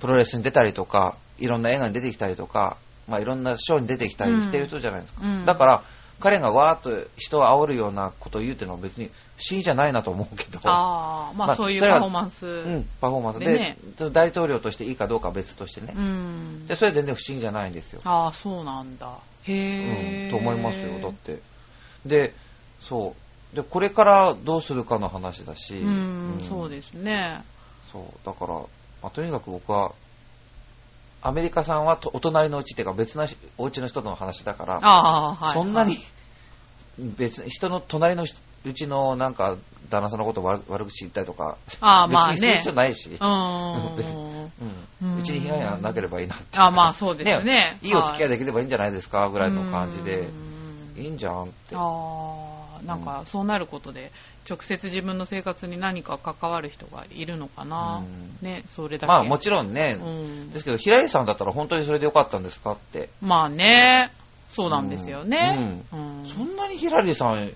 S1: プロレスに出たりとかいろんな映画に出てきたりとか、まあ、いろんなショーに出てきたりしてる人じゃないですか、
S2: うん
S1: だから彼がわーっと人を煽るようなことを言うっていうのは別に不思議じゃないなと思うけど、
S2: ああ、
S1: ま
S2: まあ
S1: あ
S2: そういう
S1: それは
S2: パフォーマンス。
S1: う
S2: うん
S1: ん、パフォーマンスで
S2: でね
S1: 大統領としていいかどうかは別としてね、でそれは全然不思議じゃないんですよ
S2: ああ、そうなんだ。へえ、
S1: うん、と思いますよ、だって。で、そう。で、これからどうするかの話だし、
S2: うん、そう
S1: す。
S2: ですね。
S1: そう。だから、まあとにかく僕は、アメリカさんはとお隣のうちっていうか別なお家の人との話だから、
S2: ああ、はい。
S1: そんなに
S2: はい、
S1: 別に人の隣の人うちのなんか旦那さんのこと悪悪口言ったりとか、
S2: ああ、まあ
S1: 別にする
S2: ね
S1: 必。要ないし、 [laughs] 別
S2: うん。
S1: う
S2: うん
S1: んうちに被害がなければいいなって。
S2: ああ、まあそうですね。
S1: いいお付き合い
S2: で
S1: できればいいんじゃないですか、ぐらいの感じで、いいんじゃんって。
S2: ああ、なんかそうなることで、直接自分の生活に何か関わる人がいるのかな。
S1: う
S2: ね、それだけ。
S1: まあもちろんね、
S2: うん
S1: ですけど、平井さんだったら本当にそれでよかったんですかって。
S2: まあね、そうなんですよね。うん
S1: そんなにヒラリーさん、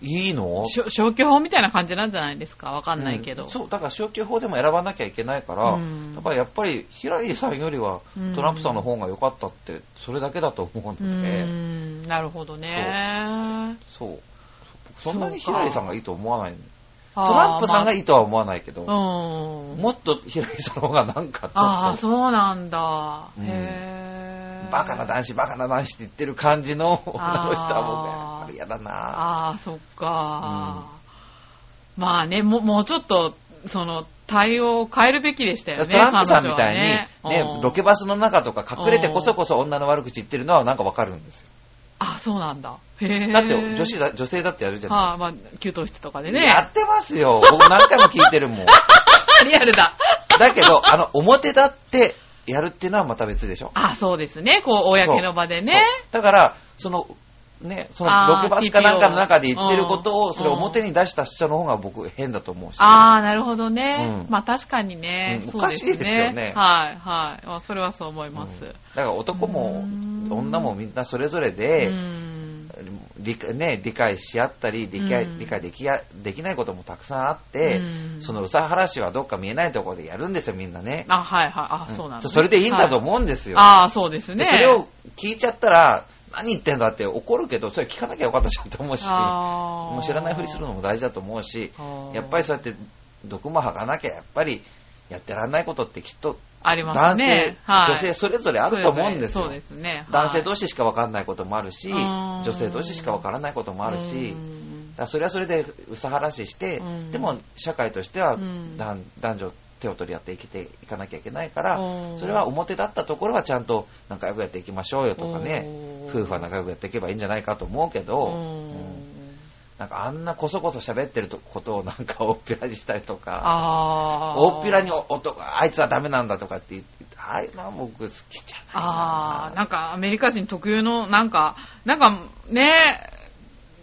S1: いいの
S2: しょ消去法みたいな感じなんじゃないですかわかんないけ
S1: う
S2: ど。
S1: んそう、だから消去法でも選ばなきゃいけないから、
S2: うん
S1: だからやっぱりヒラリーさんよりは
S2: うん
S1: トランプさんの方が良かったって、それだけだと思う
S2: う
S1: ので、
S2: ん、なるほどね。
S1: そう。そんなにヒラリーさんがいいと思わない。
S2: ト
S1: トランプさんが
S2: い
S1: いいとは思わないけど、
S2: うん。
S1: もっとヒラリーさんの方がなんかち
S2: ああ、
S1: ょっと、
S2: そうなんだ。
S1: うん
S2: へえ。
S1: バカな男子、バカな男子って言ってる感じの女の人は
S2: あー
S1: 僕はやっぱり嫌だな
S2: ああ、そっか。まあね、もうもうちょっと、その、対応を変えるべきでしたよね。
S1: トランプさんみたいに、ね
S2: 彼女はうん
S1: ロケバスの中とか隠れてこそこそ女の悪口言ってるのはなんかわかるんですよ。
S2: ああ、そうなんだ。へえ。
S1: だって女子だ、女性だってやるじゃ
S2: は
S1: ない
S2: あ、まあ、給湯室とかで
S1: ですか。
S2: ね。
S1: やってますよ。僕何回も聞いてる
S2: [laughs]
S1: もん。
S2: リアルだ。
S1: だけど、あの、表立ってやるっていうのはまた別でしょ。
S2: あ、そうですね。こう、公の場でね。
S1: そうだから、その、ね、その
S2: あー
S1: ロケバスかなんかの中で言ってること
S2: う
S1: を、
S2: ん
S1: それを表に出した人の方が僕変だと思うし。
S2: ああ、なるほどね。
S1: うん
S2: まあ確かにね。
S1: うん
S2: そうね
S1: おかしいですよね
S2: はい、はい。まあそれはそう思い
S1: うん
S2: ます。
S1: だから男も
S2: うん
S1: 女もみんなそれぞれ
S2: う
S1: で、
S2: ん。
S1: 理解ね、理解し合ったり理解,、
S2: うん
S1: 理解できやできないこともたくさんあって、
S2: うん
S1: その宇佐原市はどっか見えないところでやるんですよみんなね
S2: あ、はい、はい。あ、そうなんだ、
S1: うんそれでいいんだと
S2: う。
S1: 思うんですよ、
S2: ああ、そうです
S1: で
S2: ね。
S1: それを聞いちゃったら何言ってんだって怒るけどそれ聞かなきゃよかったじゃんと思うし
S2: あー
S1: もう知らないふりするのも大事だと思うし
S2: あー
S1: やっぱりそうやって毒も吐かなきゃやっぱりやってらんないことってきっと
S2: あります
S1: 男性、
S2: ね。はい、
S1: 女性それぞれあると思うんですよ
S2: そうですね。
S1: 男性同
S2: 士
S1: 士しか分かんないこともあるし
S2: うん
S1: 女性同士しか分からないこともあるし、
S2: うん
S1: からそれはそれでうさはらしして、
S2: うん
S1: でも社会としては、
S2: うん
S1: 男男女手を取り合って生きていかなきゃいけないから、
S2: うん
S1: それは表だったところはちゃんと仲良くやっていきましょうよとかね、
S2: うん
S1: 夫婦は仲良くやっていけばいいんじゃないかと思うけど、
S2: うん
S1: うんなんかあんなこそこそ喋ってるとことをなんか大っぴらにしたりとか、
S2: ああ。
S1: 大っぴらに男、あいつはダメなんだとかって言って、ああいうのは僕好きじゃない
S2: あ
S1: な
S2: あ、なんかアメリカ人特有の、なんか、なんかね、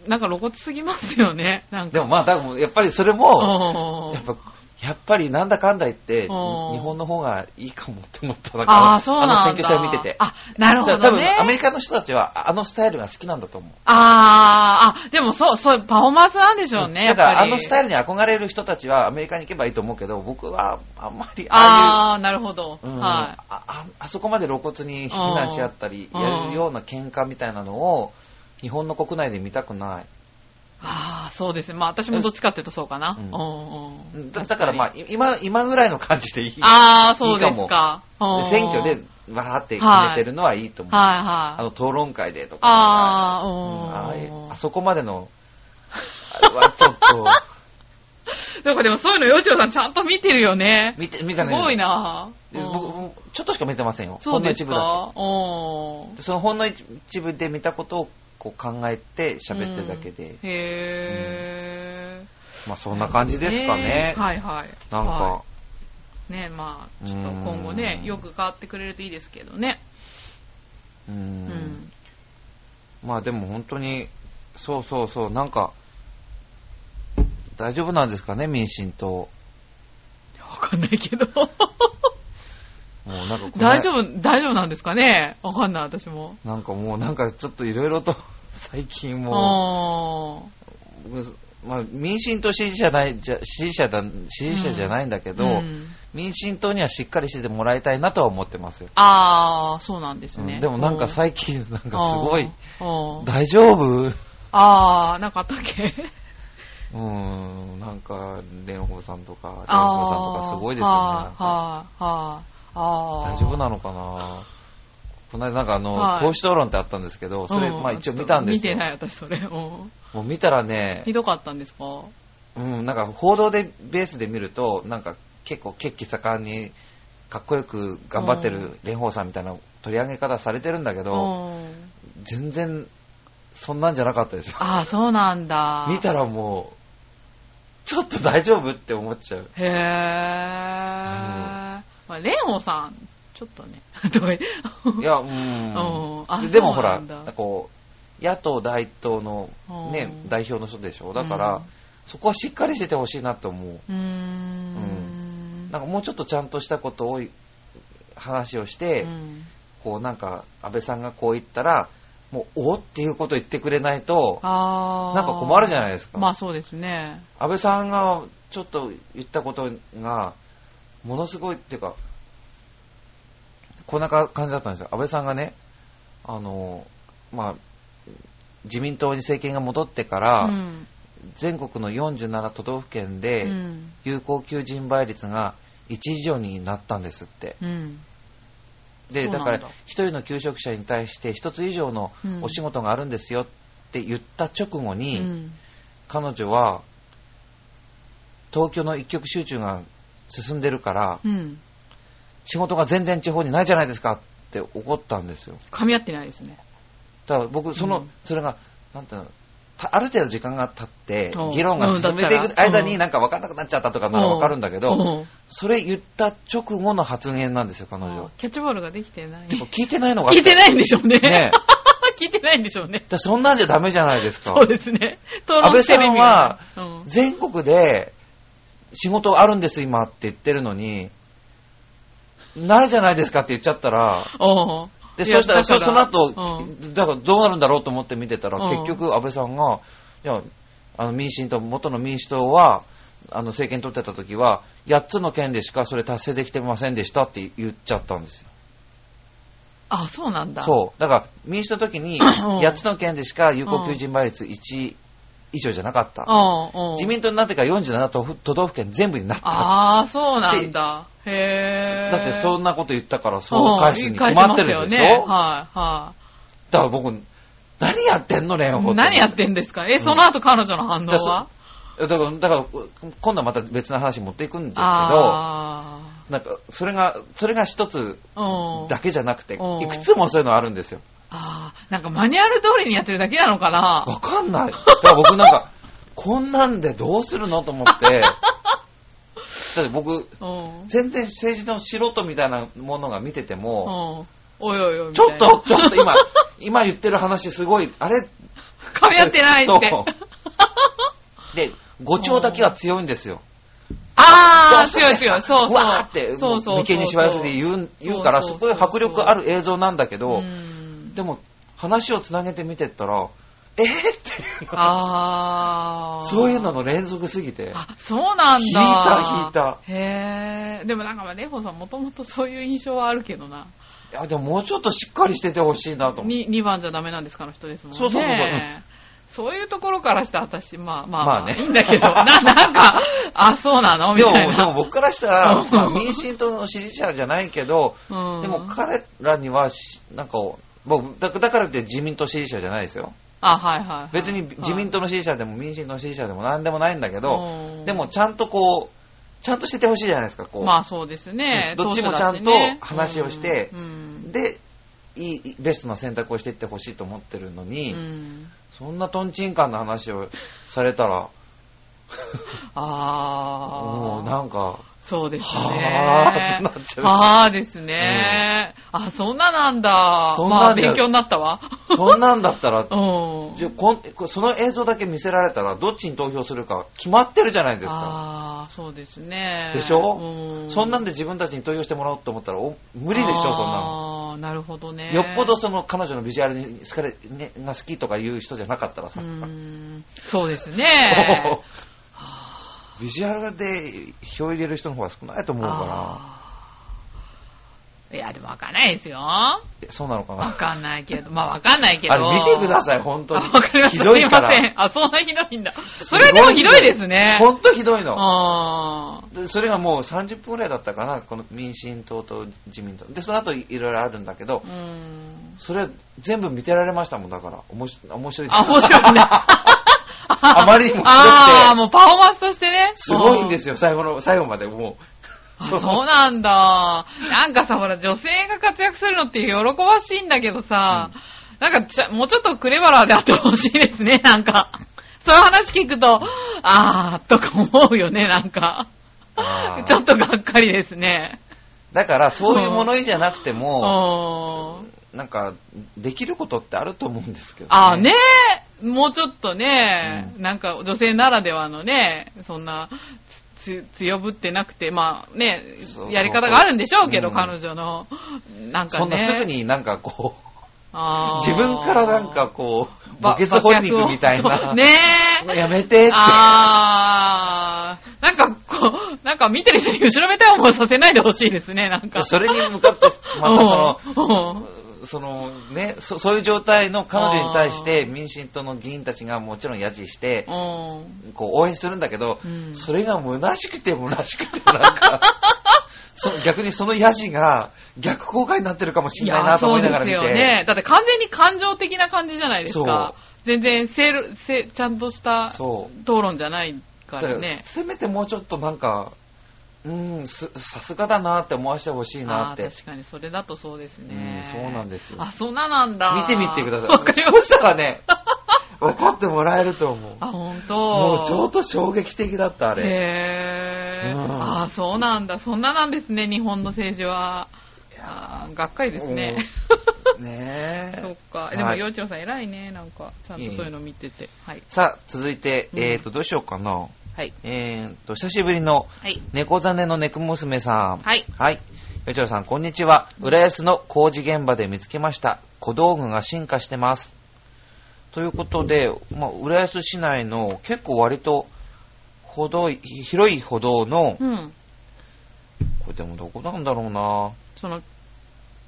S2: なんか露骨すぎますよね。なんか。
S1: でもまあ、多分やっぱりそれ
S2: う
S1: も、
S2: ん、
S1: やっぱ、やっぱりなんだかんだ言って、日
S2: うん
S1: 本の方がいいかもって思ったなん
S2: あ
S1: か
S2: あ、そうな
S1: の
S2: んだ。
S1: 選挙戦を見てて。
S2: あ、なるほ
S1: じゃ
S2: ど、
S1: あ
S2: ね。
S1: 多分アメリカの人たちはあのスタイルが好きなんだと思う。
S2: あーあ、でもそう、そう、パフォーマンスなんでしょうね、
S1: だ
S2: やっ
S1: か
S2: ぱり。
S1: らあのスタイルに憧れる人たちはアメリカに行けばいいと思うけど、僕はあんまりああいう
S2: ああ、なるほど。
S1: うん
S2: は
S1: あああそこまで露骨に非難し合ったり
S2: うん
S1: やるような喧嘩みたいなのを日本の国内で見たくない
S2: い。ああ、そうですね。まあ私もどっちかっていうとそうかな。
S1: うん
S2: うんうん
S1: だだからまあ
S2: 確
S1: い今今ぐらいの感じでいい
S2: ああ、そうです
S1: いい
S2: か。うん
S1: で選挙でわーって決めてるのはいいと思う、
S2: はい
S1: あ
S2: はい。
S1: の討論会でとか
S2: ああ、う
S1: うん
S2: ん。
S1: ああいうあそこまで
S2: [laughs]
S1: のあれはちょっと
S2: なんかでもそういうの、よちろさんちゃんと見てるよね。
S1: 見て見
S2: す
S1: たね
S2: ごいな
S1: で
S2: うん
S1: 僕僕ちょっとしか見てませんよ
S2: そうです
S1: ほんの一部だ
S2: かうん
S1: け。そのほんの一部で見たことをこう考えて喋ってるだけで、
S2: うんへー。
S1: まあそんな感じですかね、
S2: はいはい。
S1: なんか、
S2: はねまあ、ちょっと今後ね
S1: う、ん
S2: よく変わってくれるといいですけどね。
S1: う
S2: うんん。
S1: まあでも本当に、そうそうそう、なんか、大丈夫なんですかね、民進党。
S2: わかんないけど。
S1: もうなんかこの
S2: 大丈夫、大丈夫なんですかねわかんない、私も。
S1: なんかもうなんかちょっといろいろと、 [laughs] 最近も
S2: あ
S1: う、僕まあ民進党支持者ない、じゃ支持者だ、支持者じゃないんだけ
S2: ー
S1: ど、
S2: うん
S1: 民進党にはしっかりしててもらいたいなとは思ってますよ。
S2: あー、そうなんです
S1: うん
S2: ね。
S1: でもなんか
S2: 近、
S1: 最近、 [laughs] なんかすごい、
S2: うんうん
S1: 大丈夫
S2: あー、なんかあったっけ
S1: うん、なんか、蓮舫さんとか、蓮舫さんと
S2: あー
S1: かすごいですよね。なん
S2: はい、
S1: か
S2: はい、はい。あー
S1: 大丈夫なのかなこの間なんかあの、
S2: はい
S1: 投資討論ってあったんですけど、それ、
S2: うん
S1: まあ一応見たんです
S2: ちょっ
S1: よ。
S2: と見てない、私、それ。うん
S1: もう見たらね
S2: ひ、どかったんですか
S1: うん、なんか報道で、ベースで見ると、なんか結構血気盛んに、かっこよく頑張って
S2: う
S1: る
S2: ん
S1: 蓮舫さんみたいな取り上げ方されてるんだけ
S2: う
S1: ど、
S2: ん。
S1: 全然、そんなんじゃなかったですよ。
S2: あー、そうなんだ。
S1: 見たらもう、ちょっと大丈夫って思っちゃう。
S2: へぇー。まあ、レンオさん、ちょっとね、 [laughs] どうい
S1: いや、う
S2: うんあ
S1: ん。ででもほら、
S2: そうなんだ
S1: こう、野党第一党のね
S2: う、ん
S1: 代表の人でしょ。だから、そこはしっかりしててほしいなと思う。
S2: うー
S1: ん
S2: ん。
S1: なんかもうちょっとちゃんとしたことを話をして、
S2: うん
S1: こうなんか安倍さんがこう言ったら、もうおっていうこと言ってくれないと、
S2: あー
S1: なんか困るじゃないですか。
S2: まあそうですね。
S1: 安倍さんがちょっと言ったことが、ものすごいっていうか、こんな感じだったんですよ。安倍さんがね、あの、まあ、自民党に政権が戻ってから、
S2: うん
S1: 全国の47都道府県
S2: う
S1: で、
S2: ん。
S1: 有効求人倍率が1以上になったんですって。
S2: うん。
S1: で、
S2: そうな
S1: だ
S2: ん
S1: か
S2: だ
S1: ら、1人の求職者に対して1つ以上の
S2: うん
S1: お仕事があるんですよって言った直後
S2: う
S1: に、
S2: ん。
S1: 彼女は、東京の一極集中が進んでるから、
S2: うん。
S1: 仕事が全然地方にないじゃないですかって怒ったんですよ。
S2: 噛み合ってないですね。
S1: だから僕、その、
S2: うん
S1: それが、なんていうの、たある程度時間が経って
S2: うん、
S1: 議論が進めてい
S2: うんだ
S1: く
S2: ったら
S1: 間
S2: う
S1: に
S2: ん
S1: なんか分かんなくなっちゃったとかなら分かるんだけど、
S2: うん
S1: それ言った直後の発言なんですよ、彼女。
S2: キャッチボールができてない。
S1: てか
S2: [laughs] 聞
S1: 聞いてないのがあって
S2: いてないんでしょうね。
S1: ね
S2: [laughs] 聞いてないんでしょうね。
S1: だそんなんじゃダメじゃないですか
S2: そ。うですね。討
S1: 安
S2: 論
S1: 倍
S2: テ
S1: さ
S2: レ
S1: ん
S2: ビ
S1: は
S2: うん
S1: 全国で仕事あるんです、今って言ってるのに、ないじゃないですかって言っちゃったら、
S2: お
S1: で、
S2: い
S1: そ
S2: や
S1: したら、
S2: だか
S1: そ
S2: ら
S1: その後、
S2: う
S1: だからどうなるんだろうと思って見てたら、
S2: うん
S1: 結局安倍さんが、いや、あの民進党、元の民主党は、あの政権取ってた時は、8つの県でしかそれ達成できてませんでしたって言っちゃったんですよ。
S2: あ、そうなんだ。
S1: そう。だから、民主の時に、
S2: うん
S1: 8つの県でしか有効求人倍率1以上じゃなかっ
S2: う
S1: た。
S2: ん。うん。
S1: 自民党になってから47都都道府県全部になった。
S2: ああ、そうなんだ。へえ。
S1: だって、そんなこと言ったから、
S2: う
S1: そ
S2: ん
S1: う返すに決まってるでしょ、
S2: 返しますよねはい、は
S1: だ
S2: い、
S1: から僕、何やってんの、蓮舫って。
S2: 何やってんですかえ、その後彼女の反応
S1: だから
S2: は
S1: だから、だから今度はまた別の話持っていくんですけど、
S2: あ
S1: なんか、それが、それが一つ
S2: あー。うん。
S1: だけじゃなくて、
S2: うん
S1: いくつもそういうのあるんですよ。
S2: ああ。なんかマニュアル通りにやってるだけなのかな
S1: わかんない。だから僕なんか、こんなんでどうするのと思
S2: [laughs]
S1: って、だって僕、
S2: うん。うん。
S1: 全然政治の素人みたいなものが見てても、
S2: おいおいおいみ
S1: ち
S2: た
S1: ょ
S2: い
S1: っ
S2: な。
S1: と、ちょっと今、 [laughs] 今言ってる話すごい、あれ
S2: [laughs] 噛み合ってないって。 [laughs]
S1: そう。で、語調だけは強いんですよ。
S2: ああ、
S1: どうした
S2: 違
S1: ん
S2: う
S1: ですか
S2: 違う、そうそう。
S1: わーって、
S2: そうそうそう。
S1: 眉間にしわ寄せで言う言うから、す
S2: そ
S1: ご
S2: うそう
S1: い
S2: そう
S1: 迫力ある映像なんだけど、
S2: ん
S1: でも、話をつなげて見てったら、えー、っていう
S2: ああ。
S1: そういうのの連続すぎて、
S2: あ、そうなんだ。
S1: 引いた引いた
S2: へえ。でもなんかまあ、レホさんもともとそういう印象はあるけどな。
S1: いや、でももうちょっとしっかりしててほしいなと思って。
S2: に2番じゃダメなんですかの人ですもんね。
S1: そうそうそうそう
S2: そういうところからして私、まあまあ、
S1: まあね
S2: いいんだ
S1: [laughs]
S2: けど、な、なんか、あ、そうなのみ
S1: でも、
S2: たい
S1: でも
S2: な。
S1: 僕からした
S2: [laughs]
S1: ら、
S2: うん
S1: まあ民進党の支持者じゃないけど、
S2: うん
S1: でも彼らにはし、なんか、僕だだからって自民党支持者じゃないですよ。
S2: あ、はいはいはい。
S1: 別に自民党の支持者でも民進党の支持者でも何でもないんだけ
S2: う
S1: ど、
S2: ん
S1: でもちゃんとこう、ちゃんとしててほしいじゃないですか、こう。
S2: まあそうですね。
S1: うんどっちも
S2: 当初だしね
S1: ちゃんと話をして
S2: うん
S1: で、いい、ベストな選択をしていってほしいと思ってるの
S2: う
S1: に、
S2: ん
S1: そんなトンチンカンな話をされたら、も
S2: あ
S1: う
S2: あ。
S1: なんか、
S2: そうですね。
S1: はーってなっちゃう
S2: はーですね。あ、そんななんだ。
S1: そん
S2: ま
S1: な
S2: あ
S1: んじゃ
S2: 勉強になったわ。
S1: そんなんだったら
S2: [laughs] う、ん。
S1: じゃこんその映像だけ見せられたら、どっちに投票するか決まってるじゃないですか。
S2: ああ、そうですね。
S1: でしょ、
S2: う
S1: そんなんで自分たちに投票してもらおうと思ったら、お無理でしょ、そんなの。
S2: ああ、なるほどね。
S1: よっぽどその彼女のビジュアルに好かれ、ね、が好きとかいう人じゃなかったら
S2: う
S1: さ、
S2: ん。そうですね。
S1: [laughs] ビジュアルで票入れる人の方が少ないと思うか
S2: いや、でもわかんないですよ。わ
S1: ら、そうなのかな。
S2: かんない
S1: [laughs]
S2: けど。まあわかんないけど。
S1: あれ見てください、本当に。
S2: あわかりま
S1: ひ
S2: した。
S1: ど
S2: す
S1: い
S2: い
S1: か
S2: ませ
S1: ら。
S2: ん。あ、そんなひどいんだ。 [laughs] それでもひどいですね。
S1: 本当ひどいの。
S2: あー
S1: でそれがもう30分ぐらいだったかな、この民進党と自民党。で、その後いろいろあるんだけど
S2: う、ん。
S1: それ全部見てられましたもん、だから。おもし面白いです
S2: あ、面白いね。
S1: あまりにもひどくて
S2: ああ、もうパフォーマンスとしてね。。
S1: [laughs] すごいんですすよ、最後の、最後までも
S2: あそうなんだ。なんかさ、ほら、女性が活躍するのって喜ばしいんだけどさ、なんかちゃ、もうちょっとクレバラーであってほしいですね、なんか。そういう話聞くと、あー、とか思うよね、なんか。
S1: [laughs] あー
S2: ちょっとがっかりですね。
S1: う。だから、そういう物言いじゃなくて
S2: う
S1: も、
S2: ん。
S1: なんか、できることってあると思うんですけど、
S2: ああねえ、もうちょっとね、
S1: う
S2: なんか女性ならではのね、そんな、つ、つ強ぶってなくて、まあね
S1: そ、う
S2: やり方があるんでしょうけど、
S1: うん
S2: 彼女の、なんかね。
S1: そんなすぐになんかこう、
S2: あー、
S1: 自分からなんかこう、
S2: ば、
S1: 墓穴掘りに行くみたい
S2: 爆薬
S1: な。
S2: をねえ。
S1: やめてって。
S2: あー、なんかこう、なんか見てる人に後ろめたい思いさせないでほしいですね、なんか。
S1: それに向かって、またそ
S2: うんうん
S1: の、そのねそ、そういう状態の彼女に対して民進党の議員たちがもちろんやじして、
S2: うん
S1: こう応援するんだけど、
S2: うん
S1: それが虚しくて虚しくて、なんか、 [laughs] そ逆にそのやじが逆効果になってるかもしれないなと思いながら見て。
S2: やそうですよね。だって完全に感情的な感じじゃないですか。全然せるせ、ちゃんとした
S1: そう
S2: 討論じゃない
S1: だ
S2: から
S1: から
S2: ね。
S1: せめてもうちょっとなんか、うん、すさすがだなって思わせてほしいな
S2: あ
S1: っ
S2: ー
S1: て。
S2: 確かにそれだとそうです
S1: う
S2: ね
S1: ん。そうなんですよ
S2: あ、そんななんだ。
S1: 見てみてくださ
S2: わか
S1: い。
S2: り
S1: そ
S2: まし
S1: した
S2: た。
S1: らね、分かってもらえると思う。
S2: あ、本当。
S1: もうちょっと衝撃的だった、あれ。
S2: へー。
S1: うん
S2: あー、そうなんだ。そんななんですね、日本の政治は。あーがっかりです
S1: う
S2: ね。
S1: ん。 [laughs] ねえ
S2: [laughs] そっか。でも、
S1: はい
S2: ようちょうさん偉いね。なんか、ちゃんとそういうの見てて。はい。
S1: さあ、続いて、
S2: うん
S1: えーと、どうしようかな。
S2: はい。
S1: えーと、久しぶりの
S2: はい。
S1: 猫ザネの猫娘さん。
S2: はい
S1: はい。よちろさん、こんにちは。浦安の工事現場で見つけました。小道具が進化してます。ということで、まあ、浦安市内の結構割と歩道い、広い歩道の、
S2: うん。
S1: これでもどこなんだろうな
S2: その、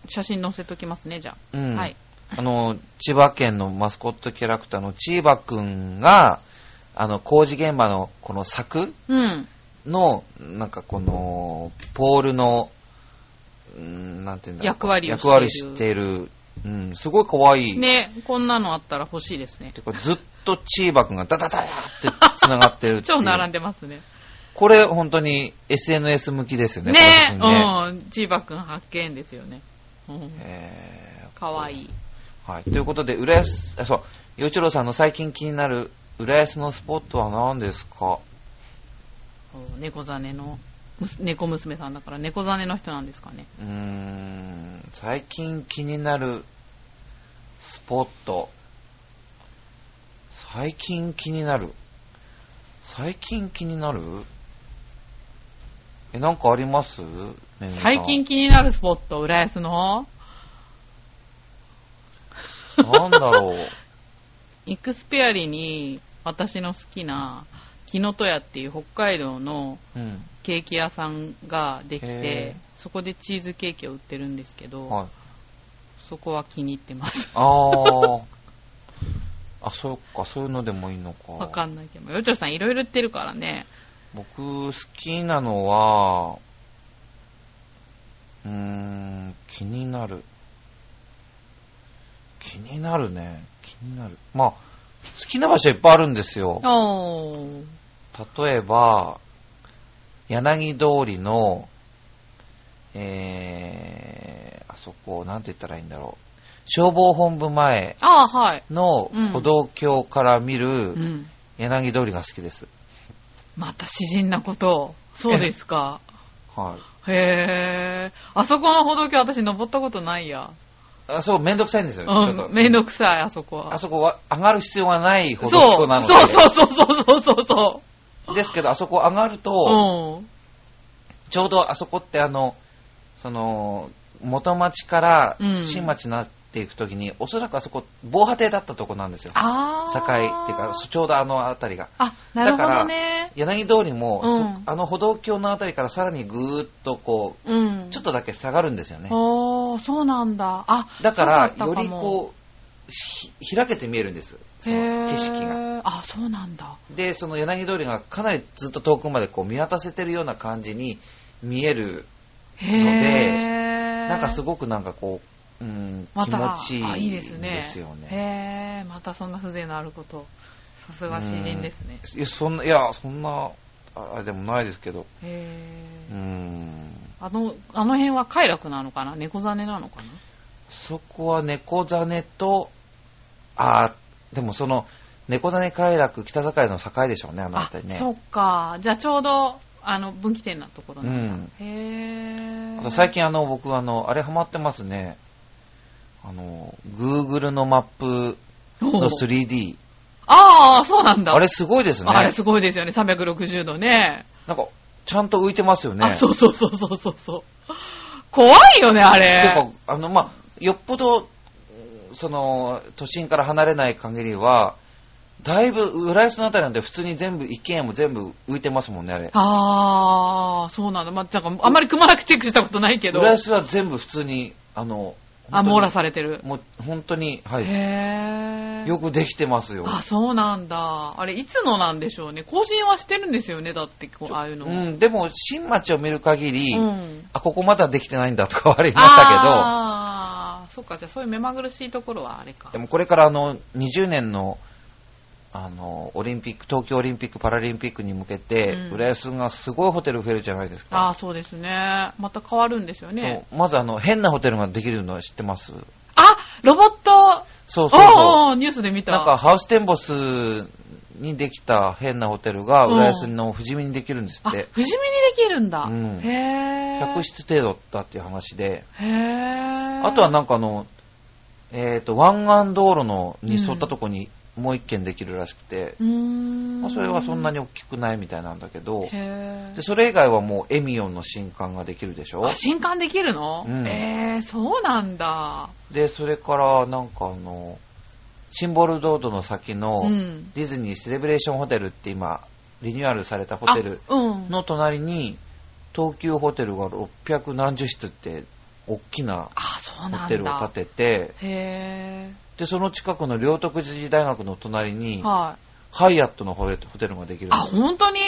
S2: 写真載せときますね、じゃ
S1: う
S2: あ。
S1: ん。
S2: はい。
S1: あの、千葉県のマスコットキャラクターのチーバくんが、あの、工事現場のこの柵
S2: うん。
S1: の、なんかこの、ポールの、うーんなんていうんだろう
S2: 役割を
S1: 役割を知っている、うん、すごい可愛い。
S2: ね、こんなのあったら欲しいですね。
S1: てかずっとチーバくんがダダダダって繋がってるって
S2: [laughs] 超並ん
S1: で。
S2: でますね。
S1: これ本当に SNS 向きですよね。
S2: ね
S1: この写真ね
S2: うん。チーバくん発見ですよね。うん。
S1: えー
S2: かわいい。
S1: はい。ということで、浦安、あそう、洋一郎さんの最近気になる浦安のスポットは何ですか
S2: お猫ザネの、むす猫娘さんだから猫ザネの人なんですかね。
S1: うーん、最近気になるスポット。最近気になる。最近気になるえ、なんかありますめぐみさん
S2: 最近気になるスポット、浦安の、
S1: なんだ
S2: [laughs]
S1: ろう。
S2: イクスペアリに私の好きな、木の戸屋っていう北海道の
S1: うん。
S2: ケーキ屋さんができ
S1: へ
S2: て、そこでチーズケーキを売ってるんですけど、
S1: はい。
S2: そこは気に入ってます。
S1: あー。あ、そうか、そういうのでもいいのか。
S2: わかんないけど、よちょさんいろいろ売ってるからね。
S1: 僕、好きなのは、うーん、気になる。気になるね。気になる。まあ、好きな場所いっぱいあるんですよ。
S2: おー。
S1: 例えば、柳通りの、えー、あそこ、なんて言ったらいいんだろう。消防本部前
S2: ああ、はい。
S1: の
S2: うん
S1: 歩道橋から見
S2: う
S1: る
S2: ん。
S1: 柳通りが好きです。
S2: また詩人なこと。そうで
S1: [laughs]
S2: すか。
S1: はい。
S2: へえ。あそこの歩道橋私登ったことないや。
S1: あそこめんどくさいんですよ。ちょっ
S2: う
S1: と
S2: ん。めんどくさい、あそこは。
S1: あそこは上がる必要がないほど
S2: そう
S1: 人なので。
S2: そうそうそうそうそうそう。
S1: ですけど、あそこ上がると、
S2: そ
S1: ちょうどあそこってあの、その、元町から
S2: うん
S1: 新町になっていくときに、おそらくあそこ、防波堤だったとこなんですよ。境
S2: あ
S1: っていうか、
S2: あ。
S1: ちょうどあの辺りが。
S2: あ、なるほどね。
S1: 柳通りも、
S2: うん
S1: そあの歩道橋の辺りからさらにぐーっとこ
S2: う
S1: う、
S2: ん。
S1: ちょっと
S2: と
S1: だけ下がるんですよね。
S2: おー、そうなんだ。あ、
S1: だから、
S2: そう
S1: よ
S2: った
S1: りこう、ひ開けて見えるんです。その景色が。
S2: が。あ、そうなんだ。
S1: で、その柳通りがかなりずっと遠くまでこう見渡せてるような感じに見える、
S2: へえ。
S1: なんかすごくなんかこう、うん、
S2: ま
S1: 気
S2: た
S1: 持ちいい
S2: あいいです
S1: ん
S2: ね。
S1: ですよね。
S2: へえ、またそんな風情のあること。さすが詩人ですね。
S1: いや、そんな、いや、そんな、ああれでもないですけど、
S2: へ
S1: う
S2: え。
S1: ん、
S2: あの、あの辺は快楽なのかな猫ザネなのかな
S1: そこは猫ザネと、あーでもその、猫ザネ快楽、北境の境でしょうね、あの
S2: あ
S1: 辺り、ね。
S2: そっか。じゃあちょうど、あの、分岐点なところなんだ。
S1: うん
S2: へえ。
S1: あと最近あの、僕あの、あれハマってますね。あの、Google のマップの 3D。
S2: ああ、そうなんだ。
S1: あれすごいですね。
S2: あれすごいですよね。360度ね。
S1: なんか、ちゃんと浮いてますよね。
S2: あ、そうそうそうそうそうそう。怖いよね、あ
S1: て
S2: れ
S1: か。、あの、まあ、よっぽど、その、都心から離れない限りは、だいぶ、浦安のあたりなんて普通に全部、一軒家も全部浮いてますもんね、あれ。
S2: ああ、そうなんだ。まあ、なんかあんまりくまなくチェックしたことないけど。
S1: 浦安は全部普通に、あの、
S2: あ、網羅
S1: ん。
S2: されてる。
S1: もう、本当に、はい。
S2: へえ。
S1: よくできてますよ。
S2: あ、そうなんだ。あれ、いつのなんでしょうね。更新はしてるんですよね、だって、こうああいうの。
S1: う。ん、でも、新町を見る限り、
S2: うん
S1: あ、ここまだできてないんだとかはありましたけど、
S2: ああ、そっか、じゃあそういう目まぐるしいところはあれか
S1: で。もこれからあの、20年の、あの、オリンピック、東京オリンピック、パラリンピックに向けて、
S2: うん
S1: 浦安がすごいホテル増えるじゃないです
S2: あ
S1: か。
S2: あ、そうですね。また変わるんですよね。
S1: そうまずあの、変なホテルができるのは知ってます
S2: あ、ロボット
S1: そうそう
S2: お
S1: そう
S2: おニュースで見
S1: う。
S2: た。
S1: なんか、ハウステンボスにできた変なホテルが、浦安の富士見にできるんです
S2: あ、
S1: っ
S2: 不死
S1: て。
S2: 身にできるんだ。
S1: うん
S2: へぇー。
S1: 100室程度だったっていう話で。
S2: へぇー。
S1: あとはなんかあの、えっ、と、湾岸道路のに沿ったとこにもう一軒できるらしくて、
S2: うーん。
S1: まあ、それはそんな
S2: に。
S1: に大きくないみたいなんだけど、
S2: へ
S1: で
S2: ぇ
S1: それ以外はもうエミオンの新刊ができるでしょ
S2: ー。新刊できるの
S1: うん
S2: えー、そうなんだ。
S1: で、それからなんかあの、シンボルロードの先の
S2: うん
S1: ディズニーセレブレーションホテルって今、リニューアルされたホテル
S2: あうん。
S1: の隣に、東急ホテルが600何十室って、大きな
S2: あ、そうな
S1: ホ
S2: んだ。
S1: テルを建てて、
S2: て。へ
S1: で、その近くの両徳寺大学の隣に
S2: ぇー。、はい。
S1: ハイアットのホテルができるんで
S2: あ、
S1: すよ
S2: 本当に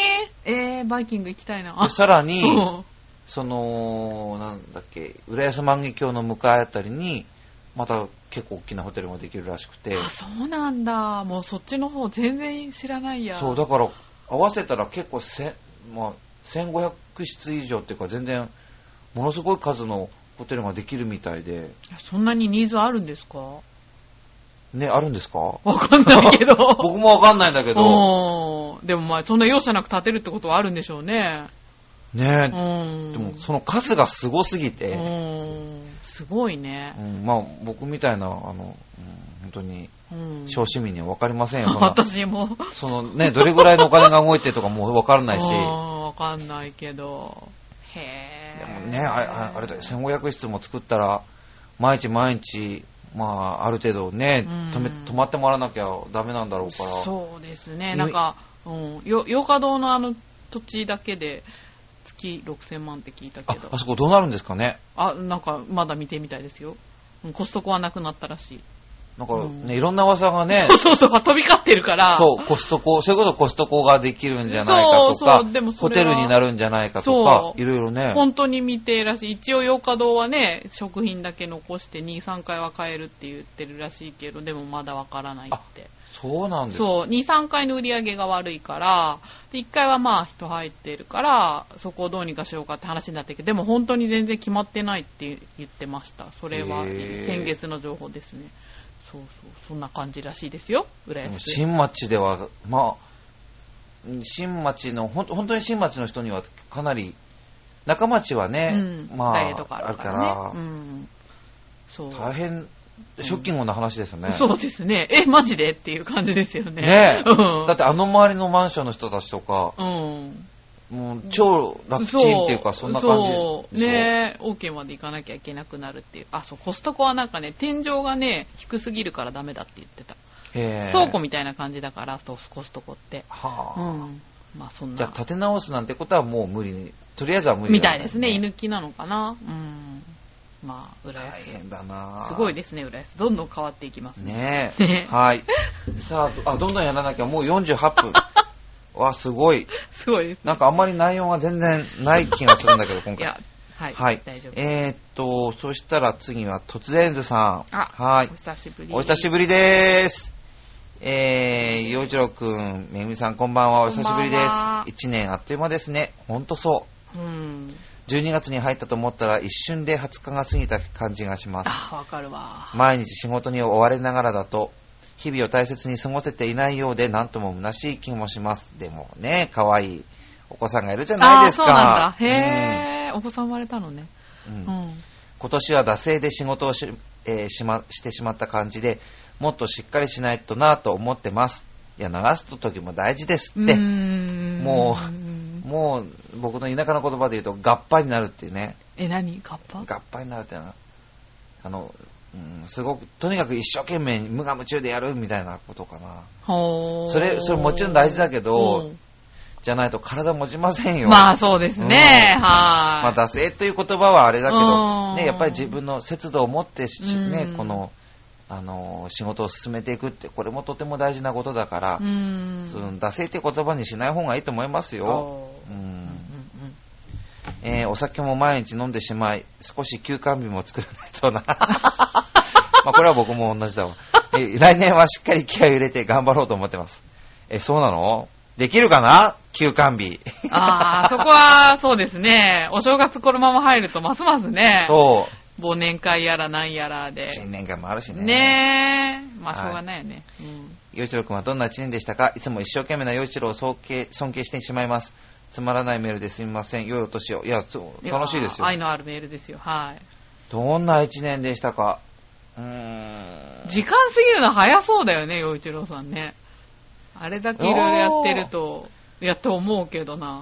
S2: えー、バイキング行きたいな。
S1: でさらに、
S2: うん
S1: その、なんだっけ、浦安万華鏡の向かいあたりに、また結構大きなホテルもできるらしくて
S2: あ、そうなんだ。もうそっちの方全然知らないや。
S1: そうだから合わせたら結構せん、まあ、1500室以上っていうか全然ものすごい数のホテルができるみたいで
S2: いやそんなにニーズあるんですか
S1: ねあるんです
S2: [laughs]
S1: か
S2: わかんないけど。
S1: [laughs] 僕もわかんないんだけど
S2: うんでもまあ、そんな容赦なく建てるってことはあるんでしょうね。う
S1: ね
S2: ん。
S1: でもその数がすごすぎて、
S2: うん。すごいね。
S1: うんまあ、僕みたいな、あの、うん本当に、
S2: うん。
S1: 小市民には分かりませんよ。そんな
S2: 私も。
S1: そのね、どれぐらいのお金が動いてとかもう分からないし。
S2: う
S1: で
S2: ん
S1: も
S2: わかんないけど。へえ。
S1: ね、あれああれだよ、1500室も作ったら、毎日毎日、まあ、ある程度ね、
S2: うん
S1: 止め、止まってもらわなきゃダメなんだろうから。
S2: そうです
S1: よ
S2: ね。
S1: い
S2: なんか、うん。よ、洋華堂のあの土地だけで、月6000万って聞いた
S1: あ
S2: けど
S1: あ。そこどうなるんですかね
S2: あ、なんか、まだ見てみたいですよ。うんコストコはなくなったらしい。
S1: なんかね、
S2: うん
S1: いろんな噂がね
S2: そ、う [laughs] そうそう、飛び交ってるから。
S1: そう、コストコ、それこそコストコができるんじゃないかと
S2: そう
S1: か
S2: そうでも、そ
S1: ホ
S2: れは
S1: テルになるんじゃないかとか
S2: そ、
S1: いろいろね。
S2: 本当に見てらしい。一応、洋華堂はね、食品だけ残して2、3回は買えるって言ってるらしいけど、でもまだわからないって。
S1: そうなんです
S2: そう、2、3回の売り上げが悪いから、で1回はまあ人入ってるから、そこをどうにかしようかって話になってるけど、でも本当に全然決まってないって言ってました。それは
S1: へー
S2: 先月の情報ですね。そうそう、そんな感じらしいですよ、浦
S1: でも
S2: 安。
S1: 新町では、まあ、新町の、ほん本当に新町の人にはかなり、中町はね、
S2: うん、
S1: ま
S2: ダイエットが
S1: あ、
S2: あ
S1: あ
S2: る
S1: る
S2: か
S1: から
S2: ね。
S1: ら、
S2: うん、そう
S1: 大変、ショッキングな話ですよね。
S2: そうですね。え、マジでっていう感じですよね。
S1: ねえ
S2: うん。
S1: だってあの周りのマンションの人たちとか、
S2: うん。
S1: もう超楽ちんっていうか、そんな感じ
S2: そう。
S1: でしょ
S2: ねえ、OK まで行かなきゃいけなくなるっていう。あ、そう、コストコはなんかね、天井がね、低すぎるからダメだって言ってた。
S1: へえ
S2: 倉庫みたいな感じだから、そうコストコって。
S1: は
S2: う
S1: あ、
S2: ん。まあ、そん
S1: じゃあ
S2: な。
S1: 立て直すなんてことはもう無理に、とりあえずは無理
S2: み
S1: だ
S2: た
S1: よ
S2: いですね。居抜きなのかな。うん。まあ、浦
S1: 大
S2: 安。
S1: 変だな
S2: すごいですね、浦安。どんどん変わっていきますね。
S1: ね
S2: ね
S1: え。はい。さあ、あ、どんどんやらなきゃ、もう48分。
S2: [laughs]
S1: わ、すごい。
S2: すごいですね。
S1: なんかあんまり内容が全然ない気がするんだけど、今
S2: い
S1: 回
S2: や。、はい。
S1: はい。
S2: 大丈夫。
S1: えーっと、そしたら次は、突然図さん。
S2: あ
S1: はい
S2: お。久しぶり。
S1: お久し
S2: ぶ
S1: ぶりです。えー、洋一郎くん、めぐみさんこんばんは、お久しぶりです
S2: こんばんは。
S1: 一年あっという間ですね。ほんとそう。
S2: り。うん。
S1: 12月に入ったと思ったら、一瞬で20日が過ぎた感じがします。
S2: あ、わかるわ。
S1: 毎日仕事に追われながらだと、日々を大切に過ごせていないようで、なんとも虚しい気もします。でもね、可愛いお子さんがいるじゃない
S2: あ
S1: で
S2: ー
S1: す
S2: そ
S1: か。
S2: うなんだ。へぇー。お子さん生まれたのね。
S1: うん
S2: う
S1: うん
S2: ん。
S1: 今年は惰性で仕事をし,、えーしましてしまった感じで、もっとしっかりしないとなぁと思ってます。いや、流す時も大事ですって。
S2: ん
S1: も
S2: うん
S1: もう、僕の田舎の言葉で言うと、合敗になるっていうね。
S2: え、何カッパ
S1: 合敗になるっていうのは、あの、うん、すごく、とにかく一生懸命無我夢中でやるみたいなことかな。
S2: ほー
S1: それそれもちろん大事だけど
S2: うん
S1: じゃないと体持ちませんよ。
S2: まあそうですね。
S1: うん
S2: は
S1: ま
S2: い。
S1: あ、惰性という言葉はあれだけ
S2: う
S1: ど、
S2: ん
S1: ね、やっぱり自分の節度を持ってし、
S2: うん
S1: ね、この、あの、仕事を進めていくって、これもとても大事なことだから、
S2: うん。
S1: その惰性って言葉にしない方がいいと思いますよ。
S2: お
S1: う
S2: ーうんうん
S1: ん
S2: うん
S1: えーお酒も毎日飲んでしまい、少し休館日も作らないと
S2: [laughs]
S1: な。まあこれは僕も同じだわ、えー来年はしっかり気合を入れて頑張ろうと思ってます。えーそうなのできるかな休館日。
S2: ああ、そこは、そうですね。お正月このまま入ると、ますますね。
S1: [laughs] そう。
S2: 忘年会やらなんやらで。
S1: 新年会もあるしね。
S2: ねえ。まあ、しょうがないよね。うん
S1: 洋一郎君はどんな一年でしたかいつも一生懸命な洋一郎を尊敬尊敬してしまいます。つまらないメールですみません。良いお年を。いや、そう楽しいですよ
S2: や。愛のあるメールですよ。はい。
S1: どんな一年でしたかうーん。
S2: 時間過ぎるの早そうだよね、洋一郎さんね。あれだけいろいろやってると、やと思うけどな。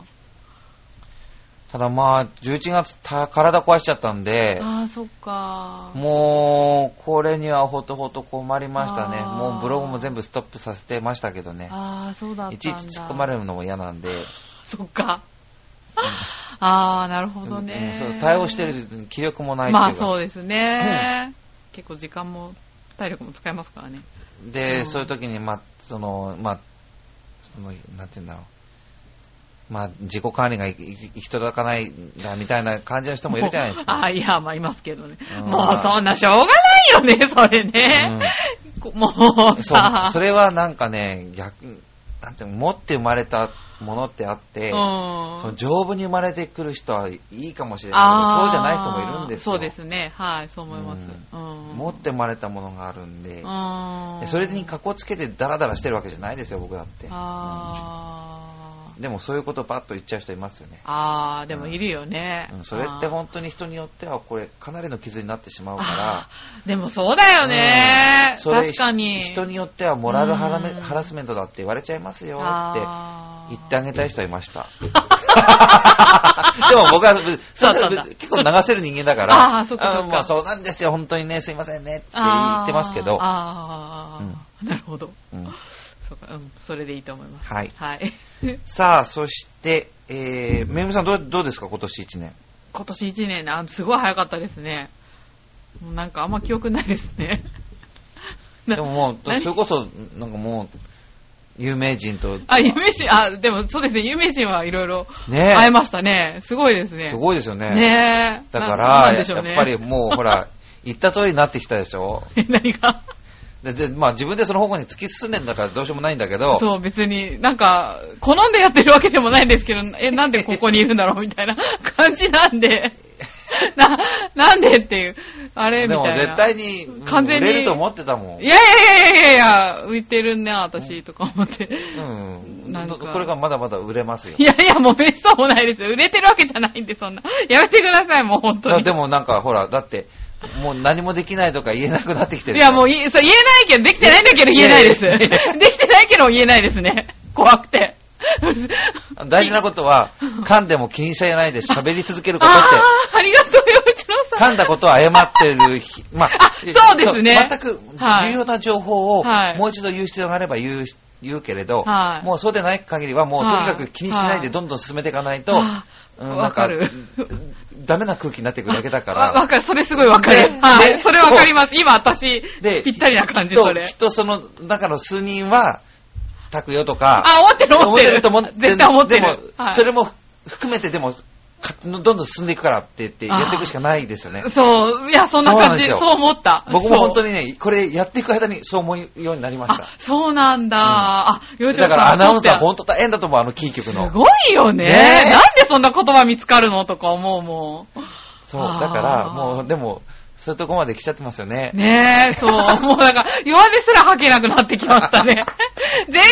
S1: ただまあ、11月た体壊しちゃったんで、
S2: ああ、そっか。
S1: もう、これにはほとほと困りましたね。
S2: あー
S1: もうブログも全部ストップさせてましたけどね。
S2: ああ、そうだったんだ。
S1: いちいち突っ込まれるのも嫌なんで。
S2: そっか。ああ、なるほど
S1: うん
S2: ね。
S1: そう対応してる時に気力もないっていうか。
S2: まあそうですね。結構時間も、体力も使えますからね。
S1: で、
S2: うん
S1: そういう時に、まあ、その、まあ、その、なんて言うんだろう。まあ、自己管理が行き行き届かないんだみたいな感じの人もいるじゃないですか。
S2: あ [laughs] あ、いや、まあ、いますけどね。
S1: うん
S2: もう、そんな、しょうがないよね、それね。こもう
S1: そう
S2: さ、
S1: それはなんかね、逆、なんていうの持って生まれたものってあって、
S2: うん。
S1: その丈夫に生まれてくる人はいいかもしれないけ
S2: あ
S1: ど、
S2: あ
S1: そうじゃない人もいるんですよ。
S2: そうですね。はい、そう思います。うん。
S1: 持って生まれたものがあるんで、
S2: うん。
S1: それにかこつけてダラダラしてるわけじゃないですよ、僕だって。
S2: あー
S1: でもそういうことばっと言っちゃう人いますよね。
S2: あー、でもいるよね。
S1: うんそれって本当に人によってはこれかなりの傷になってしまうか
S2: でもそうだよね
S1: ら、。それ
S2: 確かに。
S1: 人によってはモラルハラメ
S2: うん
S1: ハラスメントだって言われちゃいますよって
S2: あー
S1: 言ってあげたい人はいま
S2: [laughs]
S1: した。でも僕はぶ
S2: そうだったんだ
S1: 結構流せる人間だか
S2: あー
S1: ら、
S2: そっかそっか
S1: うんもうそうなんですよ、本当にね、すいませんねって言ってますけど、
S2: あーあー、なるほど。
S1: うん
S2: そうか、うん、それでいいと思います。
S1: はい
S2: はい。 [laughs]
S1: さあ、そして、えー、めぐみさんどうどうですか、今年1年。
S2: 今年1年な、すごい早かったですね。もうなんかあんま記憶ないですね。な
S1: でももう、そ
S2: [laughs] 何
S1: れこそ、なんかもう、有名人と、
S2: あ、有名人、あ、でもそうですね、有名人はいろいろ
S1: ね
S2: 会えましたね。すごいですね。
S1: すごいですよね。
S2: ねえ。
S1: だから、
S2: なんなん
S1: や
S2: で
S1: っ
S2: しょうね
S1: ぱりもう、ほら、 [laughs] 言った通りになってきたでしょ。
S2: [laughs] 何が
S1: で、でまあ自分でその方向に突き進んでんだからどうしようもないんだけど、
S2: そう、別に、なんか、好んでやってるわけでもないんですけど、え、なんでここにいるんだろうみたいな [laughs] 感じなんで、な、なんでっていう、あれ
S1: で
S2: みたい
S1: も
S2: な。
S1: 絶対に、うん
S2: 完全に
S1: 売れると思ってたもん。
S2: いやいやいやいやいや、浮いてるね、私、とか思って。
S1: うん。
S2: なんか
S1: どこれがまだまだ売れますよ
S2: い。やいや、もうめっそうもないですよ。売れてるわけじゃないんで、そんな。やめてください、もう本当
S1: だ
S2: に。
S1: でもなんかほら、だって、もう何もできないとか言えなくなってきてる
S2: いや、もういそう言えないけど、できてないんだけど言えないです。
S1: いや
S2: で
S1: いやい
S2: き
S1: や
S2: てないけど言えないですね。怖くて。
S1: 大事なことは、噛んでも気にしないで喋り続けることっ
S2: あ
S1: て、
S2: あ、ありがとうよ、うちのさん。
S1: 噛んだことを謝ってる
S2: [laughs]
S1: 日、まあ
S2: あそうですね
S1: 全く
S2: はい
S1: 重要な情報を
S2: はい
S1: もう一度言う必要があれば言う言うけれど、
S2: はい
S1: もうそうでない限りはもう
S2: はい
S1: とにかく気にしないでどんどん進めていかないと、
S2: あ
S1: うん
S2: わかる
S1: うんダメな空気になっていくだけだか
S2: わわ
S1: ら、
S2: かる、それすごいわかる
S1: ね。
S2: は
S1: ね
S2: い、それわかります。今、私、ぴったりな感じ、
S1: きっと
S2: それ
S1: きっ。とその中の数人は、たくよとか、
S2: あ、思ってる、思
S1: 思
S2: っ
S1: ってて
S2: る。
S1: ると思ってる
S2: 絶対思ってる。
S1: でも、
S2: はい
S1: それも含めてでも、かどんどん進んでいくからって言って、
S2: あー
S1: やっていくしかないですよね。
S2: そう、いや、そんな
S1: そうなんで
S2: 感じ、
S1: すよ
S2: そう思った。
S1: 僕も本当
S2: に。
S1: にね、これやっていく間にそう思うようになりまし
S2: あ、そうなんだ。
S1: うん
S2: あ、よ
S1: た。
S2: ちょ
S1: だ
S2: さ
S1: か
S2: ん
S1: らアナウンサー
S2: 撮っ
S1: 本当大変だと思う、あのキー局
S2: てあるす
S1: の。
S2: ごいよね。
S1: ねえ
S2: なんでそんな言葉見つかるのとか思うもん。
S1: そう、
S2: あー
S1: だからもう、でも、そういうとこまで来ちゃってますよね。
S2: ねえ、
S1: [laughs]
S2: そう。もうなんか、弱ですら吐けなくなってきましたね。全然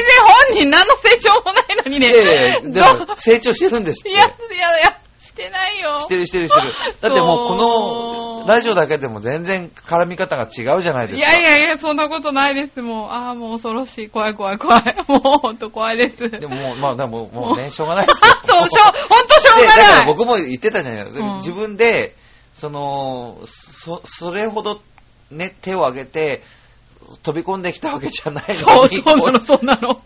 S2: 本人何の成長もないのに
S1: い
S2: ね。
S1: やいやで
S2: ど
S1: も成長してるんですっ
S2: い
S1: て。
S2: や、いや、いや、してないよ。
S1: してるしてるしてる。だってもうこ
S2: そう
S1: のラジオだけでも全然絡み方が違うじゃないで
S2: い
S1: すか。
S2: やいやいや、そんなことないです、もう。ああ、もう恐ろしい。怖い怖い [laughs] 怖い。もうほんと怖いです。
S1: でもも
S2: [laughs]
S1: う、まあでももう
S2: も
S1: ね、
S2: う。
S1: しょうがないですよ
S2: [laughs] そう、しょう、ほんとしょ
S1: で
S2: う
S1: だ
S2: が
S1: か
S2: な
S1: ら
S2: い。
S1: 僕も言ってたじゃないですか、
S2: うん
S1: 自分でそのそそれほど、ね、手を挙げて飛び込んできたわけじゃないのに
S2: そう、そうなの、そうなの。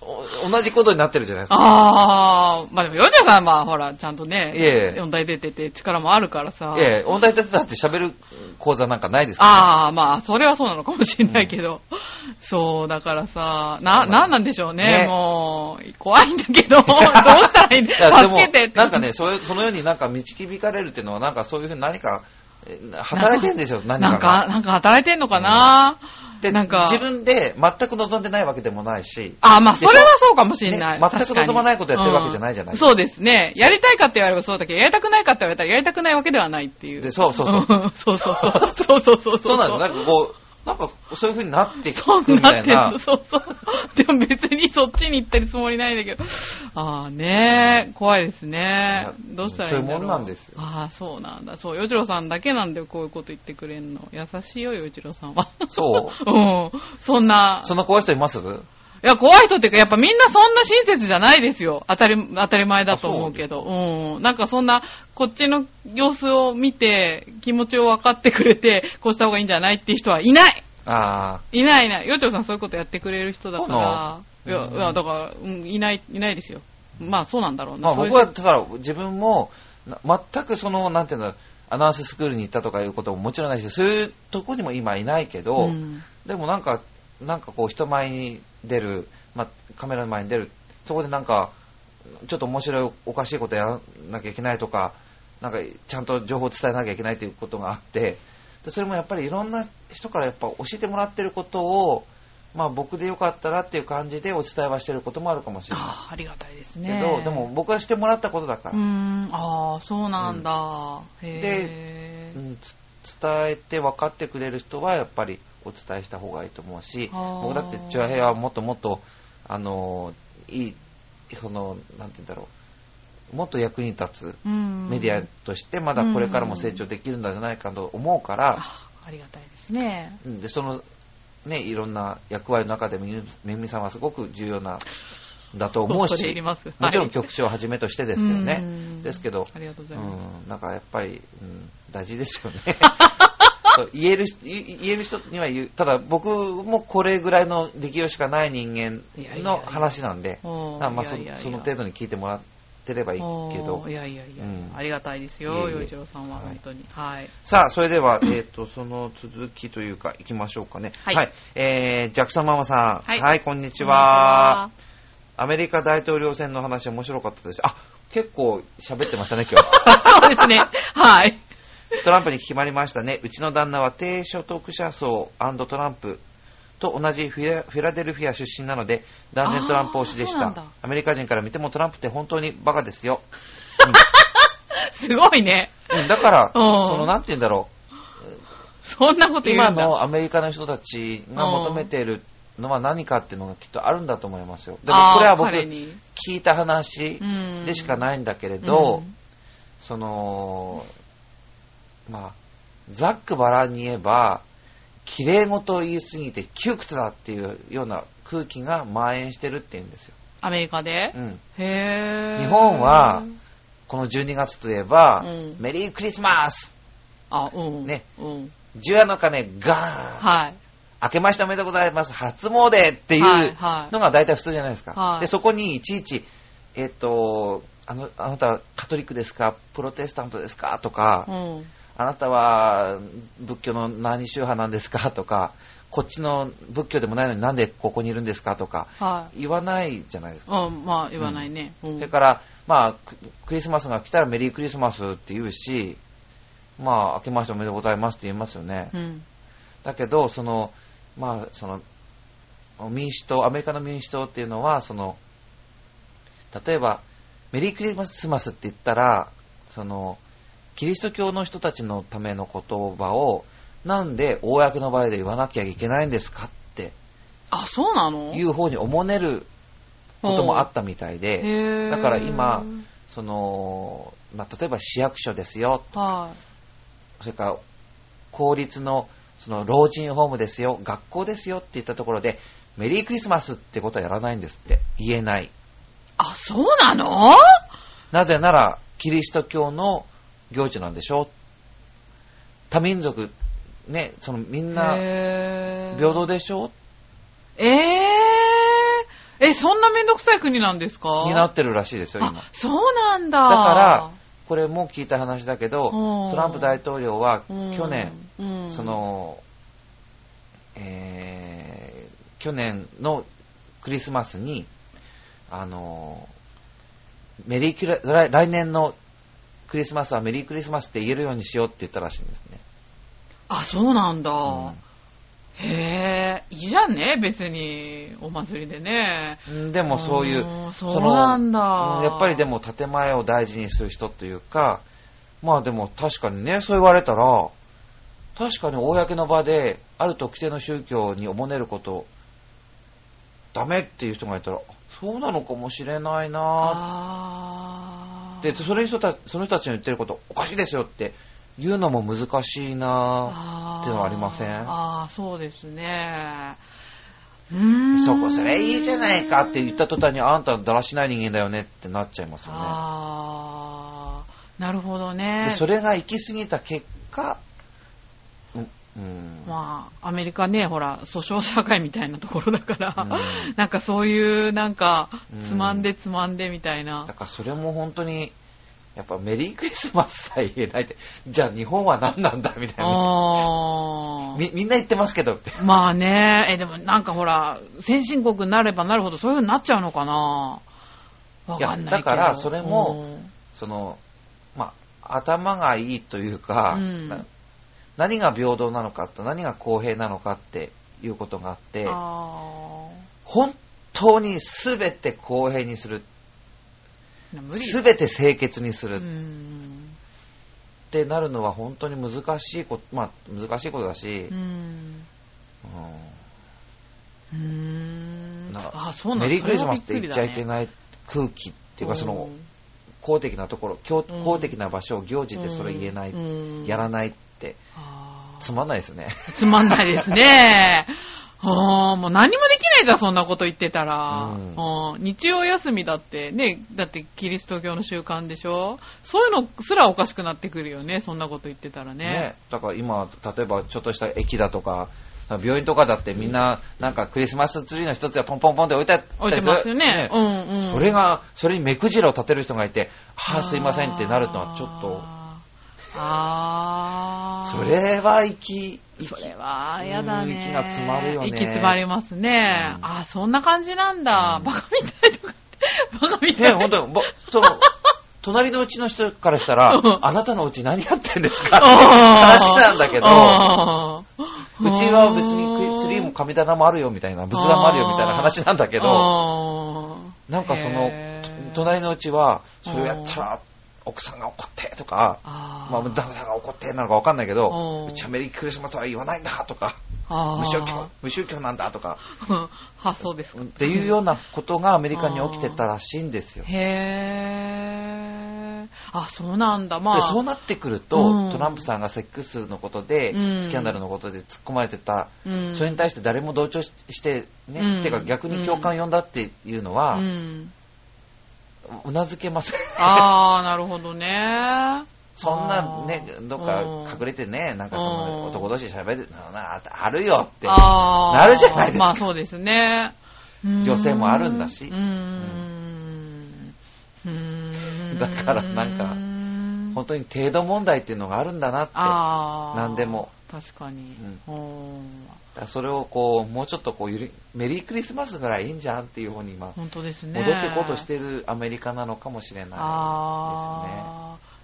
S1: おお同じことになってるじゃないですか
S2: ああ、まあでも、ヨジャさんは、ほら、ちゃんとね、
S1: いえいえ
S2: 四大出てて力もあるからさ。
S1: ええ音大立てたって喋る講座なんかないです [laughs] から、
S2: ああ、まあ、それはそうなのかもしれないけど。そう、だからさ、な、なんなんでしょうね、
S1: ね
S2: もう、怖いんだけ
S1: [laughs]
S2: ど、どうしたらいいん
S1: だから
S2: だ
S1: で
S2: 助けてって。
S1: なんかねそういうそのようになんか導かれるっていうのはなんかそういうふうに何かえ働いてるんですよ何か
S2: な
S1: が
S2: んか、なんか働いてんのかな、
S1: で
S2: なんか
S1: 自分で全く望んでないわけでもないし
S2: あ、まあ、
S1: で
S2: そ
S1: しょ
S2: れはそうかもしれない。
S1: ね全く
S2: 確かに
S1: 望まないことやってるわけじゃないじゃない
S2: うんそうですね。やりたいかって言われればそうだけど、やりたくないかって言われたらやりたくないわけではないっていう。
S1: でそうそうそうん
S2: そうそうそう。そうそうそう
S1: そうなんですなんかこうなんかそういうふうになってい
S2: そう
S1: くみた
S2: なっ
S1: い
S2: てる
S1: な
S2: そうそう。でも別にそっちに行ってるつもりないんだけど。ああねえ、怖いですね。どうしたらいいんだ
S1: そう
S2: ろう。
S1: いうもんなんですよ
S2: ああ、そうなんだ。そう、よじろさんだけなんだよ、こういうこと言ってくれんの。優しいよ、よじろさんは。。
S1: そう
S2: うん。そんな。
S1: そんな怖い人います
S2: いや、怖い人っていうか、やっぱみんなそんな親切じゃないですよ。当たり、当たり前だと思うけど。うん。なんかそんな、こっちの様子を見て、気持ちを分かってくれて、こうした方がいいんじゃないっていう人はいない
S1: ああ。
S2: いないいない。よちょさんそういうことやってくれる人だか
S1: そう
S2: ら。い
S1: なの
S2: や、いや、だから、うん、いない、いないですよ。まあそうなんだろうな。
S1: まあ
S2: そういう
S1: 僕は、だから自分も、な全くその、なんていうんだろう、アナウンススクールに行ったとかいうことももちろんないし、そういうとこにも今いないけど、
S2: うん
S1: でもなんか、なんかこう人前に出る、まあカメラの前に出る、そこでなんか、ちょっと面白いおかしいことやらなきゃいけないとか、なんかちゃんと情報を伝えなきゃいけないということがあって、でそれもやっぱりいろんな人からやっぱ教えてもらってることを、まあ僕でよかったらっていう感じでお伝えはしてることもあるかもしれな
S2: あーありがたいです
S1: い
S2: ね
S1: けど、でも僕はしてもらったことだか
S2: うー
S1: ら、
S2: んああそうなんだ、へ
S1: う
S2: え
S1: んつ伝えて分かってくれる人はやっぱりお伝えした方がいいと思うし、
S2: あー
S1: 僕だってチュアヘアはもっともっと、あの、いい、その、なんて言うんだろう、もっと役に立つメ
S2: メ
S1: ディアとしてまだこれからも成長できるんじゃないかと思うから、
S2: あありがたいですね
S1: うんでそのねいろんな役割の中でもゆめぐみさんはすごく重要なんだと思う
S2: 恐れ入
S1: し
S2: ります
S1: もちろ
S2: は
S1: ん
S2: い
S1: 局長をはじめとしてですけどね
S2: うん
S1: ですけど
S2: ありがとうご
S1: う
S2: ざいます、
S1: んなんかやっぱりうん大事ですよ
S2: [laughs]
S1: ねそう言える人言言える人には言うただ僕もこれぐらいの力量しかない人間
S2: いやいやいや
S1: の話なんで
S2: おー
S1: まあそ
S2: いやいやいや
S1: その程度に聞いてもらってればいいけど
S2: おーいやいやいや、
S1: うん
S2: ありがたいです
S1: いえい
S2: よ
S1: え
S2: 洋一郎さんは
S1: はい
S2: 本当にはい
S1: さあ、それでは、えっ、と、その続きというか、行きましょうかね。
S2: はい
S1: えー、ジャクソンママさん。
S2: はい
S1: こんにちは。アメリカ大統領選の話面白かったです。あ、結構喋ってましたね、今日。
S2: こんにちは [laughs] そうですねはい
S1: トランプに決まりましたね。うちの旦那は低所得者層トランプと同じフィラフィラデルフィア出身なので、断然トランプ推しでし
S2: あーそうなん
S1: た
S2: だ。
S1: アメリカ人から見てもトランプって本当にバカですよ。
S2: すごいね
S1: うんだから、そ
S2: [laughs] うん
S1: の、なんて言うんだろう。
S2: そんなこと言
S1: 今
S2: うんだ
S1: のアメリカの人たちが求めているのは何かっていうのがきっとあるんだと思いますよ。でも
S2: あー
S1: これは僕
S2: 彼に
S1: 聞いた話
S2: うん
S1: でしかないんだけれど、
S2: うん
S1: その、まあ、ざっくばらんに言えば、綺麗事を言い過ぎて窮屈だっていうような空気が蔓延してるっていうんですよ。
S2: アメリカで、
S1: うん。
S2: へー
S1: 日本はこの12月といえば、
S2: うん
S1: メリークリスマス
S2: あうん
S1: ね
S2: うん
S1: 10夜の鐘ガーン
S2: はい
S1: 明けましておめでとうございます、初詣っていう
S2: はいはい
S1: のが大体普通じゃないですか。
S2: はい
S1: で、そこにいちいち、えっ、と、あの、あなたはカトリックですかプロテスタントですかとか、
S2: うん
S1: あなたは仏教の何宗派なんですかとか、こっちの仏教でもないのになんでここにいるんですかとか、
S2: はい
S1: 言わないじゃないですか。
S2: うん、まあ言わないね。うん
S1: それから、まあ、ククリスマスが来たらメリークリスマスって言うし、まあ、明けましておめでとうございますって言いますよね。
S2: うん。
S1: だけど、その、まあ、その、民主党、アメリカの民主党っていうのは、その、例えば、メリークリスマスって言ったら、その、キリスト教の人たちのための言葉を、なんで公の場合で言わなきゃいけないんですかって
S2: あ、そうなの
S1: いう方におもねることもあったみたいで、
S2: へー
S1: だから今その、まあ、例えば市役所ですよ、
S2: は
S1: それから公立のその老人ホームですよ、学校ですよって言ったところで、メリークリスマスってことはやらないんですって、言えない。
S2: い。あ、そうなの
S1: なぜなら、キリスト教の行事なんでしょ多民族、ね、そのみんな
S2: へー
S1: 平等でしょ
S2: えー、え、そんなめんどくさい国なんですか
S1: になってるらしいですよ、今
S2: あ。、そうなんだ。
S1: だからこれも聞いた話だけど、
S2: うん
S1: トランプ大統領は
S2: うん
S1: 去年、、
S2: うん
S1: そ、の、えー去年のクリスマスに、あの、メリークリ来来年のクリスマスはメリークリスマスって言えるようにしようって言ったらしいんですね。
S2: あ、そうなんだ。
S1: う
S2: へえ、いいじゃんね、別に、お祭りでね。
S1: んでもそういう、
S2: うん
S1: の
S2: そうなんだ
S1: うんやっぱりでも建前を大事にする人というか、まあでも確かにね、そう言われたら、確かに公の場で、ある特定の宗教におもねること、ダメっていう人がいたら、そうなのかもしれないな
S2: あ
S1: っ
S2: ー
S1: て、それ人たその人たちの言ってること、おかしいですよって言うのも難しいな
S2: あー
S1: ってのはありません
S2: ああ、そうですね。うーん。
S1: そこそれいいじゃないかって言った途端に、あんただらしない人間だよねってなっちゃいますよね。
S2: ああ、なるほどね
S1: で。それが行き過ぎた結果、ううん
S2: まあ、アメリカね、ほら、訴訟社会みたいなところだから、
S1: うん
S2: [laughs] なんかそういう、なんか
S1: うん、
S2: つまんでつまんでみたいな
S1: だ。からそれも本当に、やっぱメリークリスマスさえ言えないって、じゃあ日本は何なんだみたいな。
S2: あー
S1: みみんな言ってますけどって。
S2: まあね、え、でもなんかほら、先進国になればなるほどそういう風になっちゃうのかな。わかんないけど
S1: いやだからそれも
S2: うん
S1: その、まあ、頭がいいというか、
S2: うん
S1: な何が平等なのかと何が公平なのかっていうことがあって、
S2: あ
S1: 本当に全て公平にする、
S2: ー無理だ
S1: 全て清潔にする
S2: う
S1: っ
S2: ん
S1: てなるのは本当に難しいこと、まあ、難しいことだし
S2: う、んうー
S1: うんんなんか
S2: あそうなんだ
S1: メリークリスマスっ
S2: そ
S1: て
S2: れ
S1: 言
S2: はびくり
S1: っちゃ
S2: だね
S1: いけない空気っていうか、その
S2: ん
S1: 公的なところ、教
S2: うん
S1: 公的な場所を行事でそれ言えない、
S2: うん
S1: やらないって、
S2: あー
S1: つまんないですね。
S2: つまんないですね。あーもう何もできないじゃん、そんなこと言ってたら。
S1: うん
S2: うん日曜休みだって、ね、だってキリスト教の習慣でしょそういうのすらおかしくなってくるよね、そんなこと言ってたらね。
S1: [laughs] ね、だから今、例えばちょっとした駅だとか、病院とかだってみんな、なんかクリスマスツリーの一つやポンポンポンって置いてあった
S2: 置い
S1: り
S2: て
S1: する
S2: ますよね。うんうん。
S1: それが、それに目くじらを立てる人がいて、はあ、すいませんってなるのはちょっと、
S2: と。あー。
S1: それは息、
S2: それは、やだね。
S1: うん息が詰まるよね
S2: 息詰まりますね。
S1: うん
S2: あー、そんな感じなんだ。
S1: うん
S2: バカみたいとかって、バカみた
S1: ね、
S2: い。
S1: 本当に、ぼその、隣のうちの人からしたら
S2: [laughs] うん、
S1: あなたのうち何やってんです
S2: [laughs]
S1: かって
S2: あー
S1: 話なんだけど、
S2: あー
S1: うちは別にツリーも神棚もあるよみたいな、仏壇もあるよみたいな話なんだけど、
S2: あー
S1: なんかその
S2: へー、
S1: と隣のうちは、それをやったら、奥さんが怒ってとか、
S2: あー
S1: まあ、旦那さんが怒ってなのかわかんないけ
S2: う
S1: ど
S2: ん、
S1: うちはメリークリスマスは言わないんだとか、
S2: あー
S1: 無宗
S2: [laughs]
S1: 教、無宗教なんだとか、
S2: うん発想ですか
S1: っていうようなことがアメリカに起きてたらしいんですよ。
S2: へーあそうなんだまあ
S1: でそうなってくる
S2: う
S1: と、
S2: ん
S1: トランプさんがセックスのことで
S2: う、ん
S1: スキャンダルのことで突っ込まれてた、
S2: うん
S1: それに対して誰も同調しして、
S2: う
S1: ね、
S2: ん
S1: てか逆に共感呼んだっていうのは
S2: う、ん
S1: うなずけません。
S2: ああなるほどね
S1: [laughs] そんなね
S2: あ、ー
S1: どっか隠れてね、なんかそ
S2: うん
S1: の男同士で喋るのな、あるよって。
S2: あー
S1: なるじゃないですか
S2: まあそうですね。
S1: 女性もあるんだし
S2: うーん。うーん
S1: だからなんか本当に程度問題っていうのがあるんだなって。だ
S2: ああ。
S1: 何でも。
S2: 確かに。おー
S1: からそれをこう、もうちょっとこうゆり、メリークリスマスぐらいいいんじゃんっていう方に今、
S2: 本当ですね。
S1: 戻ってこうとしてるアメリカなのかもしれな
S2: あ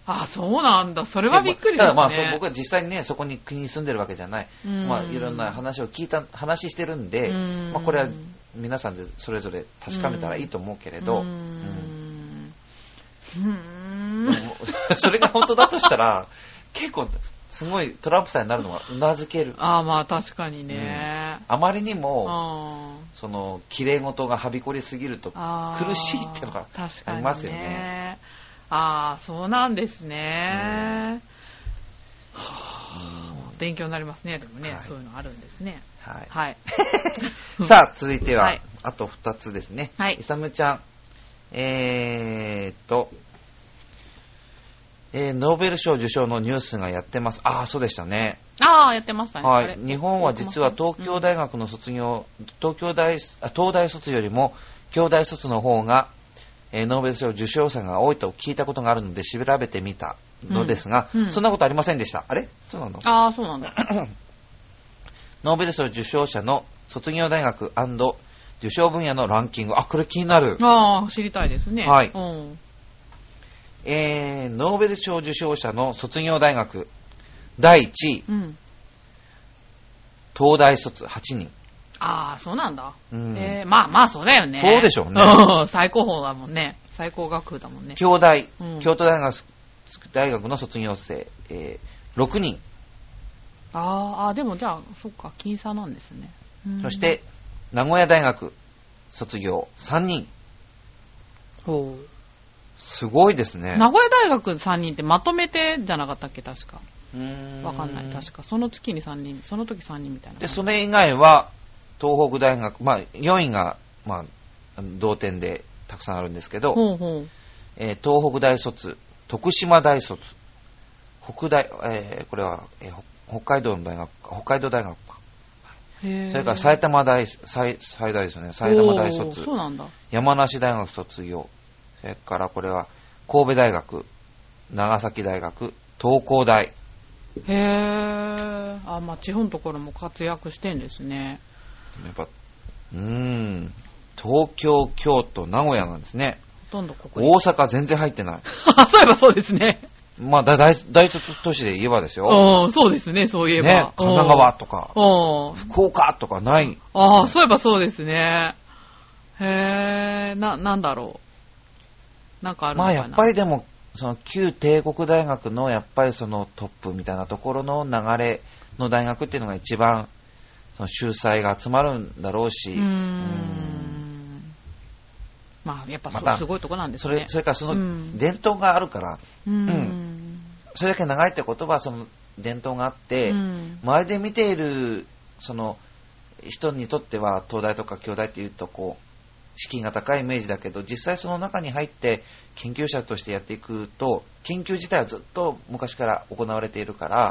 S2: あ。あ、そうなんだ。そ
S1: い
S2: れ
S1: ですね。
S2: はびっくり
S1: た
S2: で
S1: だ
S2: すね。
S1: まあ、そう僕は実際にね、そこに国に住んでるわけじゃない。
S2: うん
S1: まあ、いろんな話を聞いた、話してるんで、
S2: うん
S1: まあ、これは皆さんでそれぞれ確かめたらいいと思うけれど、
S2: うー
S1: うん
S2: ん。うーん
S1: でも [laughs] それが本当だとしたら、結構、すごいトランプさんになるのはうなずける。
S2: ああ、まあ確かにね。
S1: あまりに
S2: う
S1: も、
S2: ん。
S1: その、綺麗事がはびこりすぎると
S2: あー
S1: 苦しいってのが
S2: 確
S1: あ
S2: かに
S1: りますよね。
S2: ああ、そうなんですね。勉強になりますね。でもね、
S1: はい
S2: そういうのあるんですね。
S1: はい
S2: はい。 [laughs]
S1: さあ、続いては、
S2: はい
S1: あと2つですね。
S2: はい
S1: イサムちゃん、えーっと、えーノーベル賞受賞のニュースがやってます。ああ、そうでしたね。
S2: ああ、やってましたね。
S1: は
S2: あれ
S1: い、日本は実は東京大学の卒業、東京大あ東大卒よりも京大卒の方が、えーノーベル賞受賞者が多いと聞いたことがあるので調べてみたのですが、
S2: うんうん
S1: そんなことありませんでした。あれそうなの
S2: ああ、そうなんだ。
S1: [clears throat] ノーベル賞受賞者の卒業大学受賞分野のランキング。あ、これ気になる。
S2: ああ、知りたいですね。
S1: はい
S2: うん。
S1: えー、ノーベル賞受賞者の卒業大学第1位、
S2: うん。
S1: 東大卒8人。
S2: ああ、そうなんだ。
S1: うん
S2: えーまあまあ、そうだよね。
S1: そうでしょうね
S2: うん最高峰だもんね。最高学府だもんね。
S1: 京大、
S2: うん
S1: 京都大学大学の卒業生、えー6人、
S2: あーあー、でもじゃあ、そっか、僅差なんですね。うん
S1: そし、て名古屋大学卒業3人、
S2: ほう。
S1: すごいですね。
S2: 名古屋大学3人ってまとめてじゃなかったっけ確か。わ
S1: わ
S2: かんない。確か。その月に3人、その時3人みたいな。
S1: で、それ以外は、東北大学、まあ、4位が、まあ、同点でたくさんあるんですけど、
S2: ほうほう。
S1: えー東北大卒、徳島大卒、北大、えーこれは、えー北海道の大学、北海道大学か。
S2: へー
S1: それから埼玉大、最、最大ですよね。埼玉大
S2: おー
S1: 卒
S2: そ。うなんだ。
S1: 山梨大学卒業。それからこれは、神戸大学、長崎大学、東工大。
S2: へえ。あ、まあ、地方のところも活躍してんですね。
S1: やっぱ、うーん、東京、京都、名古屋なんですね。
S2: どんどんここに
S1: 大。阪全然入ってない。
S2: あ [laughs] そういえばそうですね。
S1: まあ、だ大大都市で言えばですよ。
S2: うん、そうですね、そういえば。
S1: ね、神奈川とか、
S2: うん。うん。
S1: 福岡とかない。
S2: ああ、そういえばそうですね。へえ、な、なんだろう。なんかあるの
S1: ま
S2: か
S1: あ、
S2: な。
S1: やっぱりでも、その旧帝国大学のやっぱりそのトップみたいなところの流れの大学っていうのが一番、その秀才が集まるんだろうし、
S2: うー
S1: うん
S2: ん。まあ、やっぱそ
S1: また
S2: すごいとこなんです
S1: そ
S2: ね
S1: れ。それからそ
S2: うん
S1: の伝統があるから、
S2: うーん。
S1: それだけ長いってことはその伝統があって、
S2: うん
S1: 周りで見ているその人にとっては東大とか京大っていうとこう資金が高いイメージだけど実際その中に入って研究者としてやっていくと研究自体はずっと昔から行われているから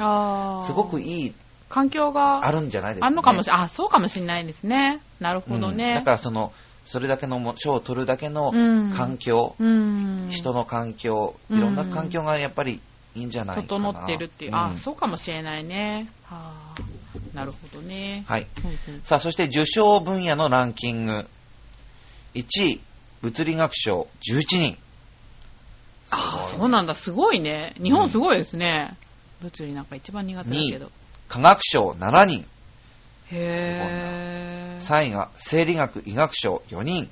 S2: あー
S1: すごくいい
S2: 環境が
S1: あるんじゃないですか、ね、
S2: あんのかもしれない。あ、そうかもしれないですね。なるほど
S1: うんだ
S2: ね
S1: か。らそのそれだけのも賞を取るだけの
S2: うん
S1: 環境、
S2: うん。
S1: 人の環境、
S2: うん
S1: いろんな環境がやっぱりいいんじゃないかな
S2: 整ってるっていう。
S1: う
S2: あ、
S1: ん
S2: そうかもしれないね。はあ。なるほどね。
S1: はい
S2: うんうん
S1: さあ、そして受賞分野のランキング。1位、物理学賞11人。
S2: あ
S1: す
S2: ー
S1: ごいね
S2: そうなんだ。すごいね。日本すごいですね。物理なんか一番苦手だけど。
S1: 科学賞7人。
S2: へぇー。
S1: 3位が生理学医学賞4人。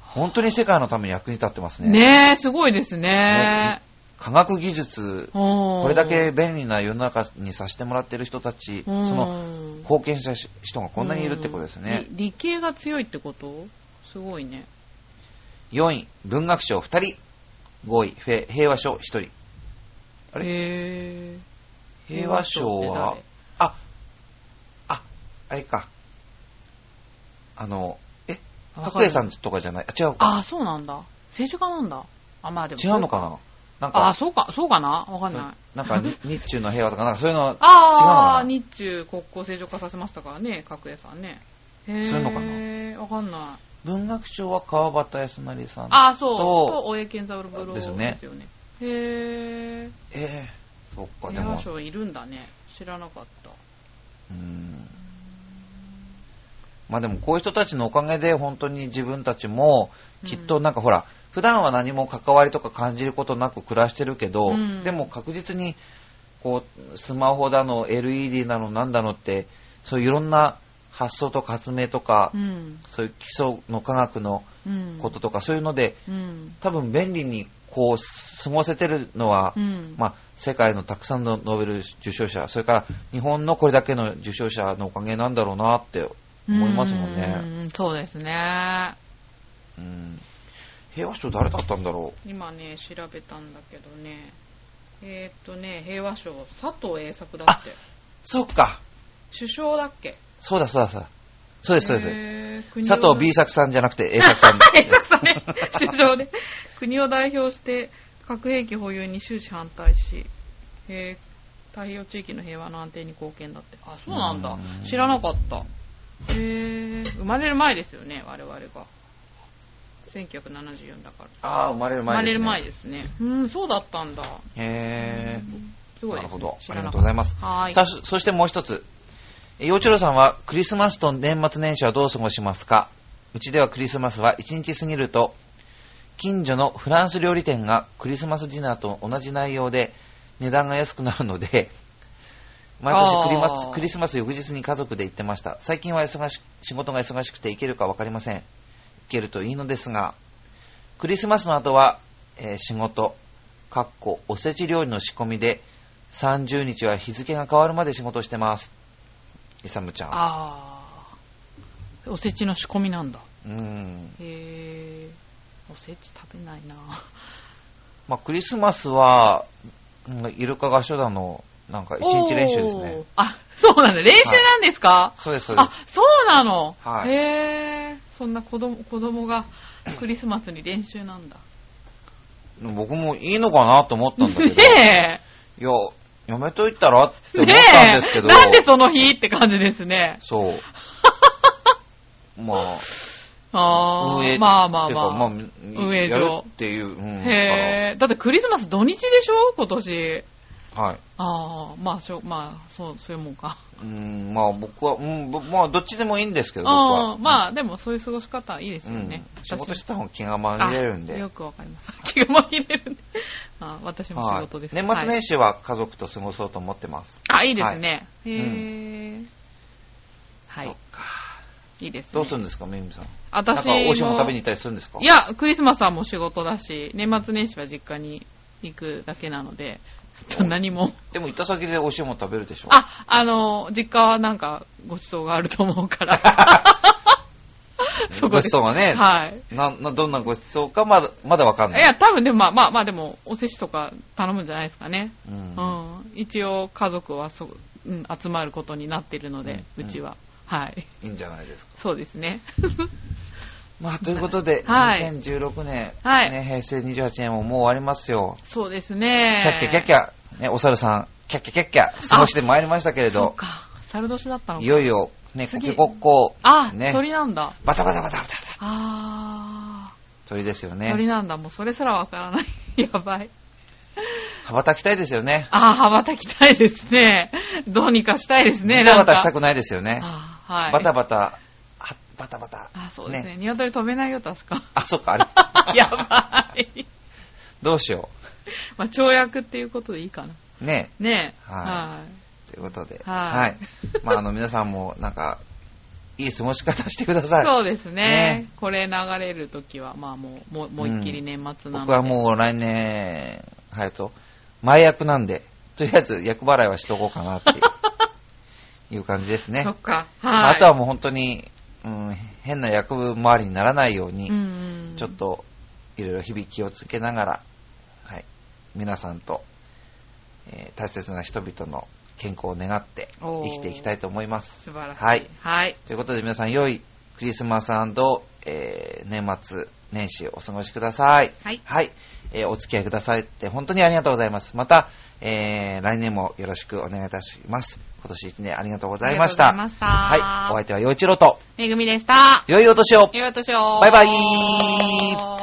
S1: 本当に世界のために役に立ってますね。
S2: ねえ、すごいですね。
S1: 科学技術、
S2: こ
S1: これだけ便利な世の中にさせてもらってる人たち、その
S2: の
S1: 貢献した人がこんなにいるってことですね。
S2: 理理系が強いってことすごいね。
S1: 4位、文学賞2人。5位、フェ平和賞1人。あれ
S2: へぇー。
S1: 平和賞は、あ、あ、あれか。あの、え、白
S2: 栄
S1: 栄さんとかじゃないあ、違うか。
S2: あ、そうなんだ。政治家なんだ。あ、まあでも。
S1: 違うのかななん
S2: あ、
S1: か、
S2: そうか、そうかなわかんない。
S1: なんか、
S2: [laughs]
S1: 日中の平和とか、なんかそういうの、違う
S2: あ
S1: のかな
S2: ー、日中国交正常化させましたからね、角栄さんね。へぇー。
S1: そういうのか
S2: わかんない。
S1: 文学賞は川端康成さん。
S2: あ、そう。
S1: と
S2: そう、大江健三郎ブロー
S1: で
S2: ですす
S1: よ
S2: よ
S1: ね
S2: ね。へぇー。
S1: ええそっか、で
S2: 平和
S1: も、
S2: 賞いるんだね。知らなかった。
S1: うん。まあでも、こういう人たちのおかげで、本当に自分たちも、きっとなんかほら、普段は何も関わりとか感じることなく暮らしてるけど、
S2: うん
S1: でも確実にこうスマホだの LED なのなんだのってそういういろんな発想とか発明とか、
S2: うん。
S1: そういう基礎の科学の
S2: うん。
S1: こととかそういうので
S2: うん。
S1: 多分便利にこう過ごせてるのは、
S2: うん。
S1: まあ、世界のたくさんのノーベル受賞者それから日本のこれだけの受賞者のおかげなんだろうなって思いますもん
S2: う
S1: ね。
S2: ーんそうですね。
S1: うん、平和賞誰だったんだろう
S2: 今ね、調べたんだけどね。えー、っとね、平和賞、佐藤栄作だって。
S1: そっか
S2: 首相だっけ
S1: そうだそうだそうだ。そうですそうで
S2: えー
S1: す。
S2: 国を
S1: 佐藤
S2: [laughs]
S1: B 作さんじゃなくて A 作さん。
S2: 栄作さんね、首相で。国を代表して、核兵器保有に終始反対し、えー太平洋地域の平和の安定に貢献だって。あ、そうなんだ
S1: うーん。
S2: 知らなかった。へえ生まれる前ですよね、我々が。1974だから。
S1: ああ、生まれる
S2: 生ま
S1: 前で
S2: れ
S1: す、
S2: る
S1: ね。
S2: 前ですね。うん、そうだったんだ。
S1: へえ。
S2: すごい
S1: な
S2: です、ね。
S1: るほど。
S2: 知
S1: あ
S2: ら
S1: りが
S2: なか
S1: と
S2: っ
S1: うございます。
S2: たはーい。
S1: さあ、そそしてもう一つ。え洋一郎さんはクリスマスと年末年始はどう過ごしますかうちではクリスマスは1日過ぎると、近所のフランス料理店がクリスマスディナーと同じ内容で値段が安くなるので、 [laughs] 毎年クリマス
S2: あー
S1: クリスマス翌日に家族で行ってました。最近は忙し仕事が忙しくて行けるか分かりません。行けるといいのですが、クリスマスの後は、えー仕事、かっこおせち料理の仕込みで、30日は日付が変わるまで仕事をしてます。イサムちゃん。
S2: あーおせちの仕込みなんだ。
S1: うーん。
S2: へーおせち食べないな。
S1: まあ、クリスマスは、うんイルカ合唱団の、なんか、一日練習です
S2: お
S1: ね
S2: ー。。あ、そうなんだ。練習なんですか、
S1: そうです、そうです
S2: あ。、そうなの。
S1: はい
S2: へーそんな子供、子供がクリスマスに練習なんだ。
S1: 僕もいいのかなと思ったんだけど、
S2: ね
S1: いや、やめといたらって
S2: え。
S1: 思っ
S2: ね
S1: たんですけ
S2: え。
S1: ど、
S2: なんでその日って感じですね。 [laughs]
S1: そう。まあ、
S2: あ
S1: 運営
S2: ー。まあまあ
S1: っていう
S2: ま
S1: か
S2: あ。
S1: まあ、
S2: 運営上
S1: やるっていう、うん、だから
S2: へえ。だってクリスマス土日でしょ今年。
S1: はい。
S2: ああ、まあ、しょ、まあ、そう、そういうもんか。
S1: うん、まあ僕は、うん、ぼまあどっちでもいいんですけど、僕
S2: あ
S1: は。
S2: あ、まあ、でもそういう過ごし方いいです
S1: う
S2: よ
S1: ん
S2: ね。
S1: 仕事してた方が気が紛れるんで。
S2: よくわかります。気が紛れるね。あ私も仕
S1: はい
S2: 事です。
S1: 年末
S2: はい
S1: 年始は家族と過ごそうと思ってます。
S2: あ、いいですね。へえ。は
S1: そっ
S2: い。いいですね。
S1: どうするんですか、めぐみさん。なん
S2: 私
S1: か、美味しいもの食べに行
S2: も
S1: ったりするんですか
S2: いや、クリスマスはもう仕事だし、年末年始は実家に行くだけなので、ちょっと [laughs] 何も。
S1: でも行った先で美味しいもの食べるでしょ。
S2: あ、あの、実家はなんかご馳走があると思うから。そこ
S1: ご
S2: で
S1: ちそうがね、
S2: はい。
S1: ななどんなごちそうかまだまだわかん
S2: い
S1: ない。
S2: や、多分でもまあまあまあでも、お寿司とか頼むんじゃないですかね。
S1: う
S2: うんん。一応家族はそ、うん、集まることになってるので、
S1: う
S2: うんちは。はい。
S1: いいんじゃないですか。
S2: そうです
S1: [laughs]
S2: ね。
S1: まあ、ということで、
S2: [laughs] はい
S1: 2016年、
S2: はい
S1: ね、平成28年ももう終わりますよ。
S2: そうですね。
S1: キャッキャキャッキャ、ね、お猿さん、キャッキャキャッキャ、過ごしてまいりましたけれ
S2: そう
S1: ど、
S2: か。猿年だったの
S1: い
S2: か。
S1: よいよ、ね、コ
S2: 次
S1: ケコッコ、
S2: あ、
S1: ね、
S2: 鳥なんだ。
S1: バタバタバタバタバタ、
S2: あ
S1: 鳥ですよ
S2: ー、鳥
S1: ね。
S2: なんだ。もうそれすらわからない。 [laughs] やばい。
S1: 羽ばたきたいですよね。
S2: あー、羽ばたきたいですね。どうにかしたいです
S1: バタ
S2: ね、な
S1: バ
S2: んか。
S1: タしたくないですよね。
S2: あーはい。
S1: バタバタ、はバタバタ。
S2: あ、そうですね。。鶏飛べないよ、確か。 [laughs]
S1: あ、そっか、あれ。
S2: やばい。
S1: どうしよ
S2: まあ、跳躍っていうことでいいかな。
S1: う。ね。
S2: ねえ。
S1: は
S2: は
S1: ということで。
S2: はい
S1: まあ、あの、皆さんも、なんか、いい過ごし方してください。
S2: そうですね。
S1: ね
S2: これ流れるときは、まあもう、もう、もう一きり年末なの
S1: 僕
S2: で。
S1: はもう来年、はいと、前役なんで、とりあえず役払いはしとこうかなっていういう感じです
S2: [laughs]
S1: ね。
S2: そっか。
S1: ま
S2: は
S1: ああ
S2: い。
S1: とはもう本当に、うん、変な役回りにならないよう
S2: う
S1: に、
S2: んうん、
S1: ちょっと、いろいろ日々気をつけながら、はい、皆さんと、えー大切な人々の健康を願って
S2: おー
S1: 生きていきたいと思います。
S2: 素晴らしい。
S1: はい。
S2: はい。
S1: ということで皆さん、良いクリスマス、えー年末年始お過ごしください。
S2: はい
S1: はい。えーお付き合いくださいって本当にありがとうございます。また、えー来年もよろしくお願いいたします。今年一年ありがとうございました。
S2: ありがとうございました
S1: はい。お相手は陽一郎と、
S2: めぐみでした。
S1: 良いお年を
S2: よいお年を。
S1: バイバイ